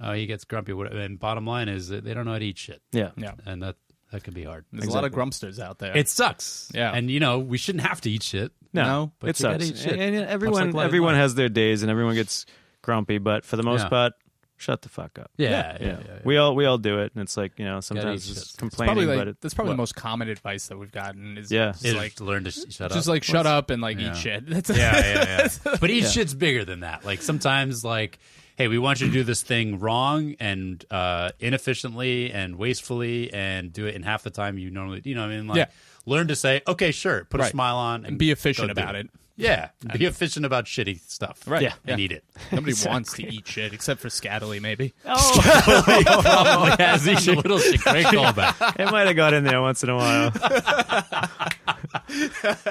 Speaker 3: oh, he gets grumpy. what- And bottom line is that they don't know how to eat shit,
Speaker 2: Yeah.
Speaker 1: yeah.
Speaker 3: and that that could be hard.
Speaker 1: There's a lot of grumpsters out there.
Speaker 3: It sucks.
Speaker 1: Yeah.
Speaker 3: And you know, we shouldn't have to eat shit.
Speaker 1: No,
Speaker 3: but
Speaker 2: it
Speaker 3: you gotta
Speaker 2: sucks.
Speaker 3: eat shit.
Speaker 2: And, and
Speaker 3: Much
Speaker 2: everyone
Speaker 3: like life.
Speaker 2: everyone has their days and everyone gets grumpy, but for the most
Speaker 3: Yeah.
Speaker 2: part, shut the fuck up.
Speaker 3: Yeah. Yeah. yeah, yeah.
Speaker 2: We all we all do it and it's like, you know, sometimes
Speaker 3: eat
Speaker 2: it's
Speaker 3: shit. It's
Speaker 2: complaining,
Speaker 1: probably
Speaker 2: but
Speaker 1: like,
Speaker 2: it, <laughs>
Speaker 1: that's probably
Speaker 3: what?
Speaker 1: the most common advice that we've gotten. Is
Speaker 2: Yeah.
Speaker 1: just
Speaker 3: It's
Speaker 1: like
Speaker 3: like learn to sh- shut
Speaker 1: just
Speaker 3: up. <laughs>
Speaker 1: like shut up and like
Speaker 3: Yeah.
Speaker 1: eat shit. <laughs> That's
Speaker 3: yeah, yeah, yeah. But each shit's bigger than that. Like sometimes, like, hey, we want you to do this thing wrong and uh, inefficiently and wastefully, and do it in half the time you normally. You know, what I mean, like,
Speaker 1: Yeah.
Speaker 3: learn to say, okay, sure, put a
Speaker 1: Right.
Speaker 3: smile on, and
Speaker 1: be efficient
Speaker 3: go do
Speaker 1: about it. <laughs>
Speaker 3: Yeah, be efficient about shitty stuff.
Speaker 1: Right.
Speaker 2: Yeah.
Speaker 3: and
Speaker 1: Yeah.
Speaker 3: eat it.
Speaker 1: Nobody wants to eat shit except for Scattily, maybe. <laughs>
Speaker 2: Oh!
Speaker 3: <laughs> Probably <laughs> has a little shit. Great callback.
Speaker 2: it might have got in there once in a
Speaker 3: <laughs>
Speaker 2: while.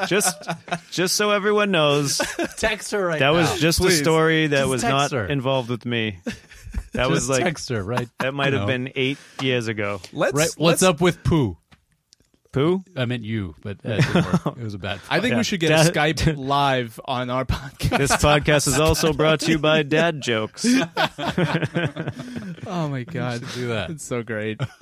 Speaker 2: just just so everyone knows,
Speaker 3: Text her right
Speaker 2: that
Speaker 3: now.
Speaker 2: was just
Speaker 3: Please.
Speaker 2: a story that
Speaker 3: Just
Speaker 2: was
Speaker 3: text
Speaker 2: not
Speaker 3: her.
Speaker 2: involved with
Speaker 3: <laughs>
Speaker 2: me. That was
Speaker 3: Just
Speaker 2: like
Speaker 3: text her right.
Speaker 2: that might
Speaker 3: you
Speaker 2: have
Speaker 3: know.
Speaker 2: been 8 years ago.
Speaker 1: Let's.
Speaker 3: Right. What's up with poo?
Speaker 2: Pooh?
Speaker 3: I meant you, but uh, it, didn't work. it was a bad.
Speaker 1: I think
Speaker 2: Yeah.
Speaker 1: we should get a <laughs>
Speaker 2: Dad-
Speaker 1: Skype live on our podcast.
Speaker 2: This podcast is also brought to you by Dad
Speaker 3: <laughs>
Speaker 2: Jokes.
Speaker 1: <laughs> Oh <laughs> my god,
Speaker 3: do that.
Speaker 1: It's so great. <laughs>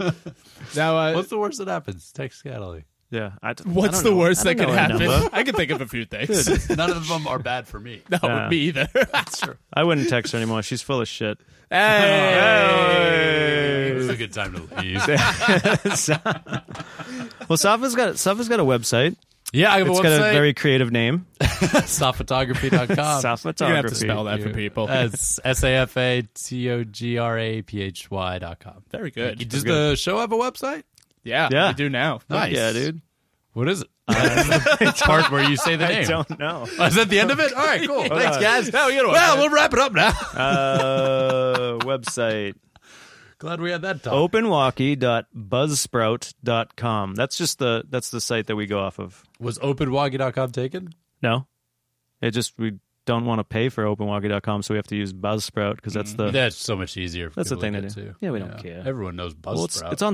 Speaker 1: now, uh,
Speaker 3: What's
Speaker 1: what's,
Speaker 3: the worst that happens? Text Cataly.
Speaker 2: Yeah. I d- I don't
Speaker 1: the
Speaker 2: know.
Speaker 1: worst
Speaker 2: I
Speaker 1: that
Speaker 2: don't
Speaker 1: could
Speaker 2: know a
Speaker 1: happen? <laughs>
Speaker 2: number.
Speaker 1: I can think of a few things. <laughs>
Speaker 3: None of them are bad
Speaker 2: <laughs>
Speaker 3: for me.
Speaker 1: no,
Speaker 2: Yeah.
Speaker 1: me either. <laughs>
Speaker 2: I wouldn't text her anymore. She's full of shit.
Speaker 3: It was a good time to leave.
Speaker 2: <laughs> Well, Safa's got Safa's got a website.
Speaker 3: yeah, I have
Speaker 2: It's
Speaker 3: a
Speaker 2: got a
Speaker 3: website.
Speaker 2: very creative
Speaker 1: <laughs>
Speaker 2: name. <laughs>
Speaker 3: Softphotography.com.
Speaker 2: Safa
Speaker 1: Um, You're gonna have to spell that for people.
Speaker 3: That's S A F A T O G R A P H Y dot com.
Speaker 1: Very good.
Speaker 3: Does the show have a website?
Speaker 1: <laughs> yeah,
Speaker 2: Yeah.
Speaker 1: we do now.
Speaker 3: Nice.
Speaker 2: Yeah, dude.
Speaker 3: What is it?
Speaker 2: <laughs>
Speaker 3: It's <laughs> part where you say the name.
Speaker 2: Don't know.
Speaker 3: Oh, is that the end of it? All right, cool.
Speaker 2: <laughs>
Speaker 3: Thanks, guys.
Speaker 1: Now we get
Speaker 3: Well, we'll wrap it up now.
Speaker 2: Uh, <laughs> website
Speaker 3: <laughs> Glad we
Speaker 1: <laughs>
Speaker 3: had that talk.
Speaker 2: openwalkie.buzzsprout.com. That's just the that's the site that we go off of.
Speaker 3: Was openwagi.com taken?
Speaker 2: No, it just we don't want to pay for openwalkie.com, so we have to use Buzzsprout because
Speaker 1: Mm.
Speaker 2: that's the
Speaker 3: That's so much easier. For
Speaker 2: That's the
Speaker 3: people
Speaker 2: thing to
Speaker 3: get
Speaker 2: do. Yeah, we don't care.
Speaker 3: Everyone knows Buzzsprout.
Speaker 2: well, it's, it's on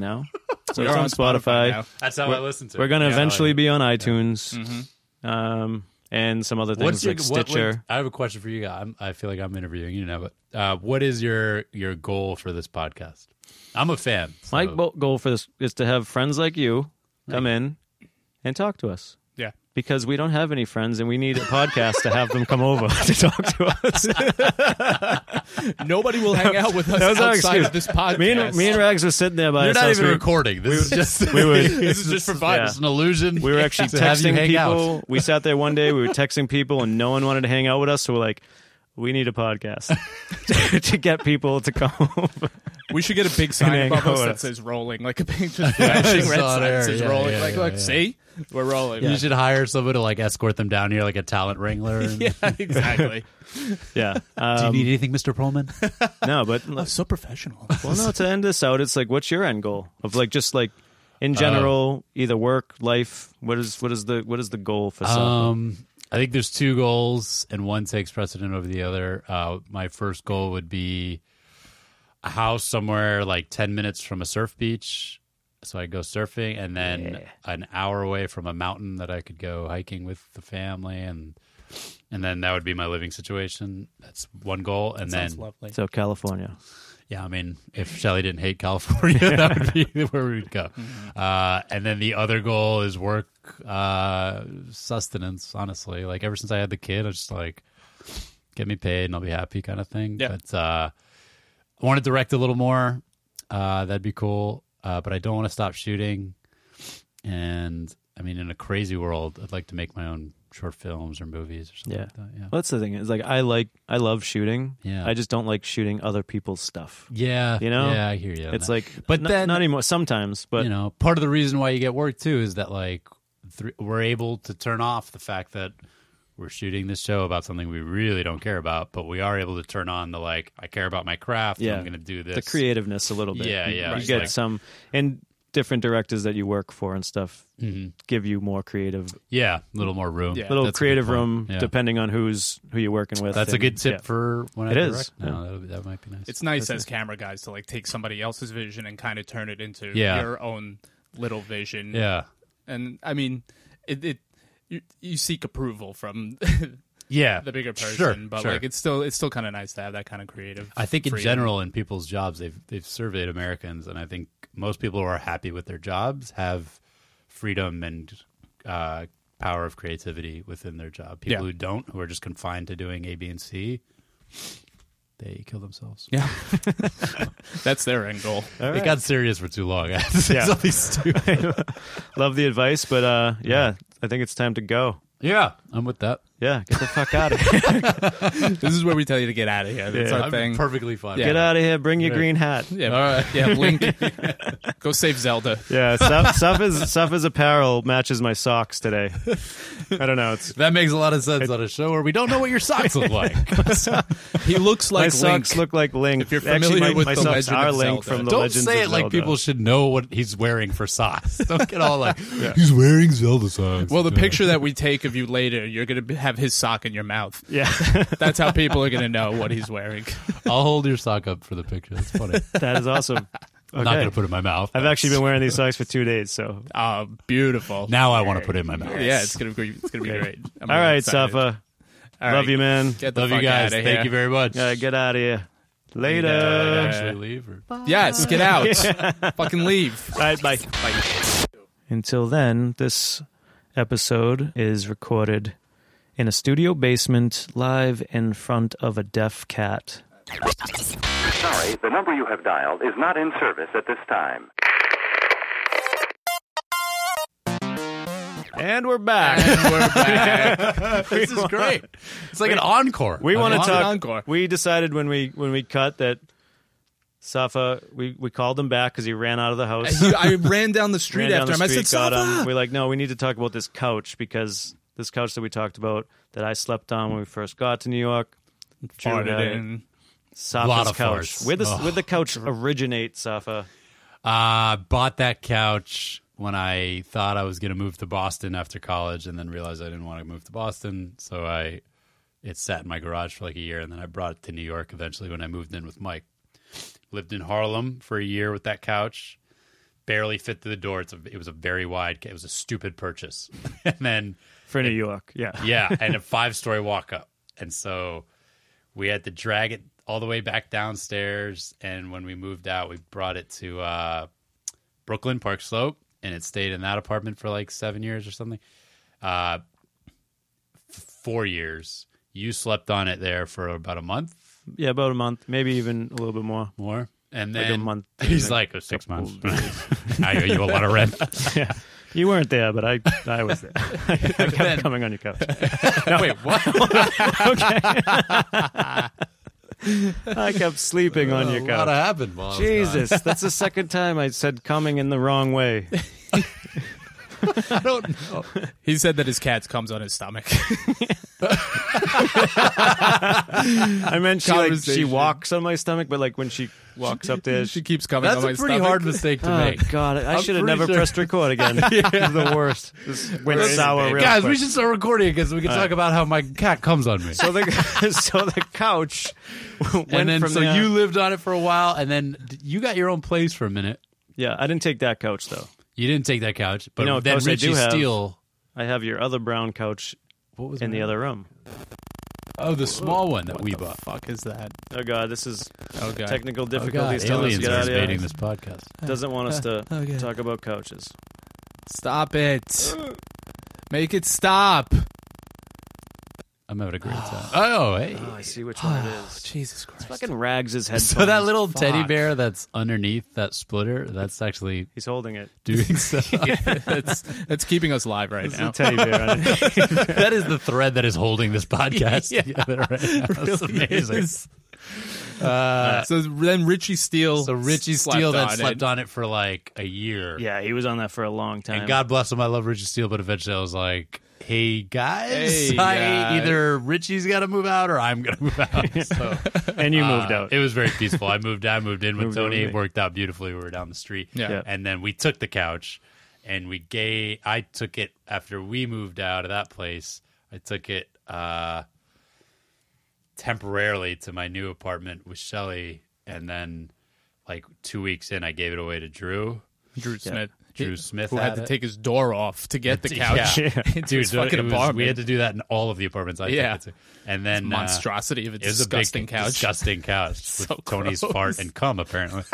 Speaker 1: <laughs>
Speaker 2: now. So
Speaker 1: We
Speaker 2: it's
Speaker 1: are
Speaker 2: on Spotify.
Speaker 1: now.
Speaker 3: That's how I listen to.
Speaker 2: We're
Speaker 3: it.
Speaker 2: gonna
Speaker 3: Yeah.
Speaker 2: eventually be on iTunes, um, and some other things
Speaker 3: What's your
Speaker 2: like
Speaker 3: what- what-
Speaker 2: Stitcher.
Speaker 3: I have a question for you. guy. I'm, I feel like I'm interviewing you now, but uh, what is your your goal for this podcast? I'm a fan. So
Speaker 2: My bo- goal for this is to have friends like you come in and talk to us.
Speaker 1: Yeah,
Speaker 2: because we don't have any friends and we need a podcast to have them come over <laughs> to talk to us.
Speaker 1: Nobody will hang
Speaker 2: <laughs>
Speaker 1: out with us
Speaker 2: That was our
Speaker 1: outside
Speaker 2: excuse.
Speaker 1: of this podcast.
Speaker 2: <laughs> me, and, me and Rags were sitting there by
Speaker 3: You're not
Speaker 2: ourselves.
Speaker 3: even
Speaker 2: We-
Speaker 3: recording. This is just
Speaker 2: <laughs> we would-
Speaker 3: <laughs> this is just for fun.
Speaker 2: yeah.
Speaker 3: It's an illusion.
Speaker 2: We were actually
Speaker 3: <laughs> to have you
Speaker 2: texting
Speaker 3: hang out.
Speaker 2: people. We sat there one day, we were
Speaker 3: <laughs>
Speaker 2: texting people, and no one wanted to hang out with us. So we're like, we need a
Speaker 3: <laughs>
Speaker 2: podcast <laughs> to get people to come over.
Speaker 1: we should get a big
Speaker 2: And
Speaker 1: sign
Speaker 2: hang
Speaker 1: above us
Speaker 2: out
Speaker 1: that
Speaker 2: with
Speaker 1: says "rolling," like a big just flashing red
Speaker 3: Saw
Speaker 1: sign
Speaker 3: there,
Speaker 1: that says
Speaker 3: yeah,
Speaker 1: "rolling."
Speaker 3: yeah,
Speaker 1: like,
Speaker 3: yeah,
Speaker 1: look,
Speaker 3: yeah.
Speaker 1: see, we're rolling.
Speaker 3: You should hire someone to like escort them down here, like a
Speaker 2: <laughs>
Speaker 3: talent wrangler.
Speaker 1: <laughs>
Speaker 3: and-
Speaker 1: Yeah, exactly.
Speaker 2: Yeah.
Speaker 3: Do you
Speaker 2: Um,
Speaker 3: need anything, Mr. Pullman?
Speaker 2: no, <laughs> but
Speaker 1: so professional.
Speaker 2: <laughs> well, no, to end this out, it's like, what's your end goal of like just like in
Speaker 3: Uh,
Speaker 2: general, either work, life. What is what is the what is the goal for something?
Speaker 3: Um, I think there's two goals, and one takes precedent over the other. Uh, my first goal would be a house somewhere like 10 minutes from a surf beach. So I go surfing, and then an hour away from a mountain that I could go hiking with the family, and and then that would be my living situation. That's one goal, and then
Speaker 1: Sounds lovely.
Speaker 2: so California.
Speaker 3: yeah, I mean, if Shelly didn't hate California, <laughs> that would be where we'd go. Uh, and then the other goal is work uh, sustenance. Honestly, like ever since I had the kid, I just like get me paid and I'll be happy, kind of thing.
Speaker 1: Yeah.
Speaker 3: But uh, I want to direct a little more. Uh, that'd be cool. Uh, but I don't want to stop shooting. And I mean, in a crazy world, I'd like to make my own short films or movies or something
Speaker 2: Yeah.
Speaker 3: like that. Yeah.
Speaker 2: Well, that's the thing. Is like I like I love shooting.
Speaker 3: Yeah.
Speaker 2: I just don't like shooting other people's stuff.
Speaker 3: Yeah.
Speaker 2: You know?
Speaker 3: Yeah, I hear you. on
Speaker 2: It's
Speaker 3: that.
Speaker 2: like,
Speaker 3: But
Speaker 2: n-
Speaker 3: then-
Speaker 2: not anymore. Sometimes, but
Speaker 3: you know, part of the reason why you get work too is that like th- we're able to turn off the fact that we're shooting this show about something we really don't care about, but we are able to turn on the like I care about my craft.
Speaker 2: Yeah.
Speaker 3: I'm going to do this.
Speaker 2: the creativeness a little bit.
Speaker 3: Yeah,
Speaker 2: You-
Speaker 3: yeah,
Speaker 2: You
Speaker 3: right.
Speaker 2: get
Speaker 3: Like-
Speaker 2: some and different directors that you work for and stuff give you more creative,
Speaker 3: Mm-hmm. yeah, a little more room.
Speaker 1: Yeah.
Speaker 2: little
Speaker 3: That's a good
Speaker 2: creative
Speaker 3: point.
Speaker 2: room
Speaker 3: Yeah.
Speaker 2: depending on who's who you're working with.
Speaker 3: That's a
Speaker 2: and-
Speaker 3: good tip
Speaker 2: yeah.
Speaker 3: for when I
Speaker 2: It
Speaker 3: direct.
Speaker 2: is.
Speaker 3: No, that, would, that might be nice.
Speaker 1: It's nice as camera guys to like take somebody else's vision and kind of turn it into
Speaker 3: Yeah.
Speaker 1: your own little vision.
Speaker 3: yeah,
Speaker 1: and I mean, it, it you, you seek approval from <laughs>
Speaker 3: yeah.
Speaker 1: the bigger person,
Speaker 3: Sure,
Speaker 1: but
Speaker 3: sure.
Speaker 1: like it's still it's still kind of nice to have that kind of creative.
Speaker 3: I think in
Speaker 1: freedom.
Speaker 3: general in people's jobs they've they've surveyed Americans and I think most people who are happy with their jobs have freedom and uh, power of creativity within their job. People
Speaker 1: Yeah.
Speaker 3: who don't, who are just confined to doing A, B, and C, they kill themselves.
Speaker 1: <laughs> yeah, <laughs> that's their end goal.
Speaker 2: All
Speaker 3: It
Speaker 2: right.
Speaker 3: got serious for too long. <laughs> yeah.
Speaker 2: Love the advice, but uh, yeah, I think it's time to go.
Speaker 3: yeah, I'm with that.
Speaker 2: Yeah, get the fuck out of here.
Speaker 1: This is where we tell you to get out of here. That's
Speaker 2: Yeah.
Speaker 1: our
Speaker 3: I'm
Speaker 1: thing.
Speaker 3: perfectly fine.
Speaker 1: Yeah.
Speaker 2: Get out of here. Bring your green hat.
Speaker 1: yeah, all right. Yeah,
Speaker 2: <laughs>
Speaker 1: Link, go save Zelda.
Speaker 2: Yeah, stuff, stuff is stuff is apparel matches my socks today. I don't know. It's
Speaker 3: That makes a lot of sense on a show where we don't know what your socks look like.
Speaker 1: He looks <laughs>
Speaker 2: my
Speaker 1: like Link.
Speaker 2: socks look like Link.
Speaker 1: If you're
Speaker 2: Actually,
Speaker 1: familiar
Speaker 2: my,
Speaker 1: with
Speaker 2: my
Speaker 1: the
Speaker 2: socks
Speaker 1: Legend
Speaker 2: are
Speaker 1: of
Speaker 2: Link
Speaker 1: Zelda.
Speaker 2: from the
Speaker 3: don't
Speaker 2: Legends
Speaker 3: say it
Speaker 2: of
Speaker 3: like
Speaker 2: Zelda.
Speaker 3: people should know what he's wearing for socks. <laughs> Don't get all like he's wearing Zelda socks.
Speaker 1: well, the
Speaker 3: Yeah.
Speaker 1: picture that we take of you later, you're going to have his sock in your mouth. <laughs>
Speaker 2: Yeah, <laughs>
Speaker 1: That's how people are going to know what he's wearing.
Speaker 3: I'll hold your sock up for the picture. That's funny.
Speaker 2: <laughs> that is awesome.
Speaker 3: I'm not
Speaker 2: Okay.
Speaker 3: going to put it in my mouth.
Speaker 2: I've actually been wearing these socks for two days. So
Speaker 1: Oh, beautiful.
Speaker 3: Now I want to put it in my mouth.
Speaker 1: Yeah, it's gonna be it's gonna be great. I'm
Speaker 2: all
Speaker 1: really
Speaker 2: right,
Speaker 1: excited.
Speaker 2: Safa,
Speaker 1: All
Speaker 2: love
Speaker 1: right.
Speaker 2: you, man.
Speaker 1: Get the
Speaker 3: Love you
Speaker 1: fuck
Speaker 3: guys.
Speaker 1: outta
Speaker 3: Thank
Speaker 1: here.
Speaker 3: you very much.
Speaker 2: Yeah, get out of here. Later.
Speaker 3: Uh, actually leave or-
Speaker 1: Yes, get
Speaker 2: <laughs>
Speaker 1: out. Fucking leave.
Speaker 2: All right, bye. Until then, this episode is recorded in a studio basement live in front of a deaf cat.
Speaker 4: Sorry, the number you have dialed is not in service at this time.
Speaker 2: And we're back.
Speaker 1: And we're back.
Speaker 3: <laughs> this is great. It's like an encore.
Speaker 2: We
Speaker 3: An
Speaker 2: want to
Speaker 3: encore.
Speaker 2: talk.
Speaker 1: encore.
Speaker 2: We decided when we when we cut that Safa, we, we called him back because he ran out of the house.
Speaker 1: He- I ran down the street
Speaker 2: ran down
Speaker 1: after
Speaker 2: the
Speaker 1: him. I said,
Speaker 2: street, got him.
Speaker 1: "Safa!"
Speaker 2: We're like, no, we need to talk about this couch because this couch that we talked about that I slept on when we first got to New York. Drew
Speaker 1: Farted
Speaker 2: had it.
Speaker 1: in.
Speaker 2: Safa's
Speaker 3: Lot of
Speaker 2: couch.
Speaker 3: farts.
Speaker 2: Where the
Speaker 3: Ugh.
Speaker 2: where the couch originate, Safa?
Speaker 3: I Uh, bought that couch when I thought I was going to move to Boston after college, and then realized I didn't want to move to Boston. So I, it sat in my garage for like a year, and then I brought it to New York eventually when I moved in with Mike. Lived in Harlem for a year with that couch. Barely fit through the door. It's a, it was a very wide. ca- It was a stupid purchase, <laughs> and then
Speaker 2: For New York, yeah.
Speaker 3: yeah, and a five story walk up. And so we had to drag it all the way back downstairs. And when we moved out, we brought it to uh, Brooklyn Park Slope and it stayed in that apartment for like seven years or something. uh, f- four years. You slept on it there for about a month
Speaker 2: Yeah, about a month, maybe even a little bit more.
Speaker 3: more, and
Speaker 2: Like
Speaker 3: then
Speaker 2: a month.
Speaker 3: <laughs> He's like oh, six months. <laughs> I owe you a lot of rent.
Speaker 2: yeah. You weren't there, but I I was <laughs> there. I kept coming on your couch.
Speaker 3: Wait, <laughs> what?
Speaker 2: I kept sleeping on your
Speaker 3: a lot
Speaker 2: couch.
Speaker 3: happened. While I was gone.
Speaker 2: Jesus, that's the second time I said coming in the wrong way.
Speaker 3: I
Speaker 1: <laughs>
Speaker 3: don't know.
Speaker 1: He said that his cat comes on his stomach.
Speaker 2: I meant she like she
Speaker 1: Conversation.
Speaker 2: walks on my stomach, but like when she walks up
Speaker 1: <laughs>
Speaker 2: there,
Speaker 1: she
Speaker 2: she,
Speaker 1: keeps coming.
Speaker 3: That's
Speaker 1: on my
Speaker 3: a pretty
Speaker 1: stomach. <laughs>
Speaker 3: hard mistake to
Speaker 2: oh
Speaker 3: make.
Speaker 2: god, I
Speaker 3: I'm
Speaker 2: should have
Speaker 3: pretty
Speaker 2: never
Speaker 3: sure-
Speaker 2: pressed record
Speaker 3: <laughs>
Speaker 2: again. This is the worst. This went
Speaker 3: Listen,
Speaker 2: sour real
Speaker 3: Guys,
Speaker 2: quick.
Speaker 3: we should start recording because we can talk about how my cat comes on me.
Speaker 2: So the <laughs> so the couch went
Speaker 3: and then
Speaker 2: from
Speaker 3: so
Speaker 2: there-
Speaker 3: you lived on it for a while, and then d- you got your own place for a minute.
Speaker 2: Yeah, I didn't take that couch though.
Speaker 3: You didn't take that couch, but
Speaker 2: You know, of
Speaker 3: then
Speaker 2: course I do
Speaker 3: Richie
Speaker 2: have-
Speaker 3: Steele.
Speaker 2: I have your other brown couch
Speaker 3: What was
Speaker 2: in
Speaker 3: that?
Speaker 2: the other room.
Speaker 3: Oh, the small one that we bought.
Speaker 1: fuck is that?
Speaker 2: Oh god, this is
Speaker 1: Oh god.
Speaker 2: technical
Speaker 3: Oh, God,
Speaker 2: difficulties. Tell us to
Speaker 3: aliens
Speaker 2: get
Speaker 3: are
Speaker 2: out of here.
Speaker 3: invading this podcast.
Speaker 2: Doesn't want us
Speaker 3: <laughs>
Speaker 2: to
Speaker 1: Oh, God.
Speaker 2: talk about couches.
Speaker 1: Stop it. Make it stop.
Speaker 3: I'm having a great time. <gasps> Oh, hey.
Speaker 2: Oh, I see
Speaker 3: <sighs>
Speaker 2: which one it is.
Speaker 1: Jesus Christ.
Speaker 2: Fucking rags his head.
Speaker 3: <laughs> So that little teddy
Speaker 1: Fuck.
Speaker 3: bear that's underneath that splitter, that's actually
Speaker 2: he's holding it.
Speaker 3: <laughs> doing stuff.
Speaker 1: <laughs> that's that's keeping us live right now.
Speaker 2: Teddy bear. on it.
Speaker 3: that is the thread that is holding <laughs> this podcast together right now. That's amazing.
Speaker 1: Uh, so then Richie Steele.
Speaker 3: So Richie
Speaker 1: slept
Speaker 3: Steele then
Speaker 1: on
Speaker 3: slept
Speaker 1: it.
Speaker 3: on it for like a
Speaker 2: <laughs>
Speaker 3: year.
Speaker 2: yeah, he was on that for a long time.
Speaker 3: And God bless him. I love Richie Steele, but eventually I was like, hey, guys,
Speaker 1: Hey,
Speaker 3: <laughs> I,
Speaker 1: guys.
Speaker 3: either Richie's got to move out or I'm going to move out. So,
Speaker 2: <laughs> and you
Speaker 3: uh,
Speaker 2: moved out.
Speaker 3: It was very peaceful. I moved out, moved in with
Speaker 2: Moved in
Speaker 3: Tony.
Speaker 2: with
Speaker 3: It
Speaker 2: me.
Speaker 3: worked out beautifully. We were down the street.
Speaker 1: Yeah.
Speaker 2: Yeah.
Speaker 3: And then we took the couch and we gay. I took it after we moved out of that place. I took it uh, temporarily to my new apartment with Shelly. And then, like, two weeks in, I gave it away to Drew.
Speaker 1: Drew Smith.
Speaker 3: Drew Smith
Speaker 1: Who had
Speaker 3: had
Speaker 1: to
Speaker 3: it.
Speaker 1: take his door off to get the couch.
Speaker 3: <laughs>
Speaker 1: <laughs>
Speaker 3: Yeah.
Speaker 1: into
Speaker 3: Dude,
Speaker 1: his fucking
Speaker 3: it was-
Speaker 1: apartment.
Speaker 3: we had to do that in all of the apartments I took
Speaker 1: Yeah.
Speaker 3: it to. And then uh,
Speaker 1: monstrosity of a
Speaker 3: it was
Speaker 1: disgusting
Speaker 3: a big,
Speaker 1: couch.
Speaker 3: Disgusting couch with Tony's
Speaker 1: gross.
Speaker 3: fart and cum apparently.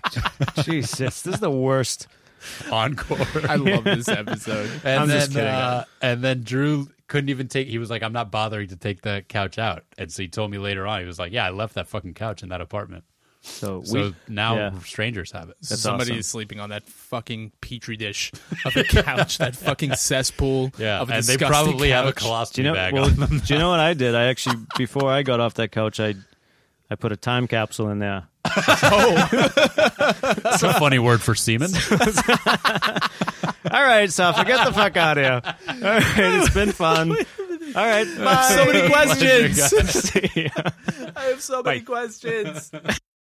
Speaker 2: <laughs> Jesus, this is the worst.
Speaker 3: Encore.
Speaker 1: <laughs> I love
Speaker 3: <laughs>
Speaker 1: this episode.
Speaker 3: and
Speaker 2: I'm
Speaker 3: then,
Speaker 2: just kidding.
Speaker 3: uh, and then Drew couldn't even take. He was like, "I'm not bothering to take the couch out." And so he told me later on, he was like, "Yeah, I left that fucking couch in that apartment."
Speaker 2: So,
Speaker 3: So
Speaker 2: we,
Speaker 3: now
Speaker 2: yeah.
Speaker 3: strangers have it.
Speaker 1: Somebody
Speaker 2: awesome.
Speaker 1: is sleeping on that fucking petri dish of a couch,
Speaker 3: <laughs>
Speaker 1: that fucking cesspool.
Speaker 3: Yeah,
Speaker 1: of a
Speaker 3: and they
Speaker 1: disgusting
Speaker 3: probably have a
Speaker 1: couch.
Speaker 3: colostomy
Speaker 2: do you know?
Speaker 3: bag.
Speaker 2: Well,
Speaker 3: on them.
Speaker 2: do you know what I did? I actually before I got off that couch, I I put a time capsule in there.
Speaker 3: That's a funny word for semen.
Speaker 2: All right, Safa, get the fuck out of here. All right, it's been fun. All right, bye.
Speaker 3: <laughs>
Speaker 1: <laughs> So many questions. <laughs>
Speaker 2: See ya.
Speaker 1: I have so many questions.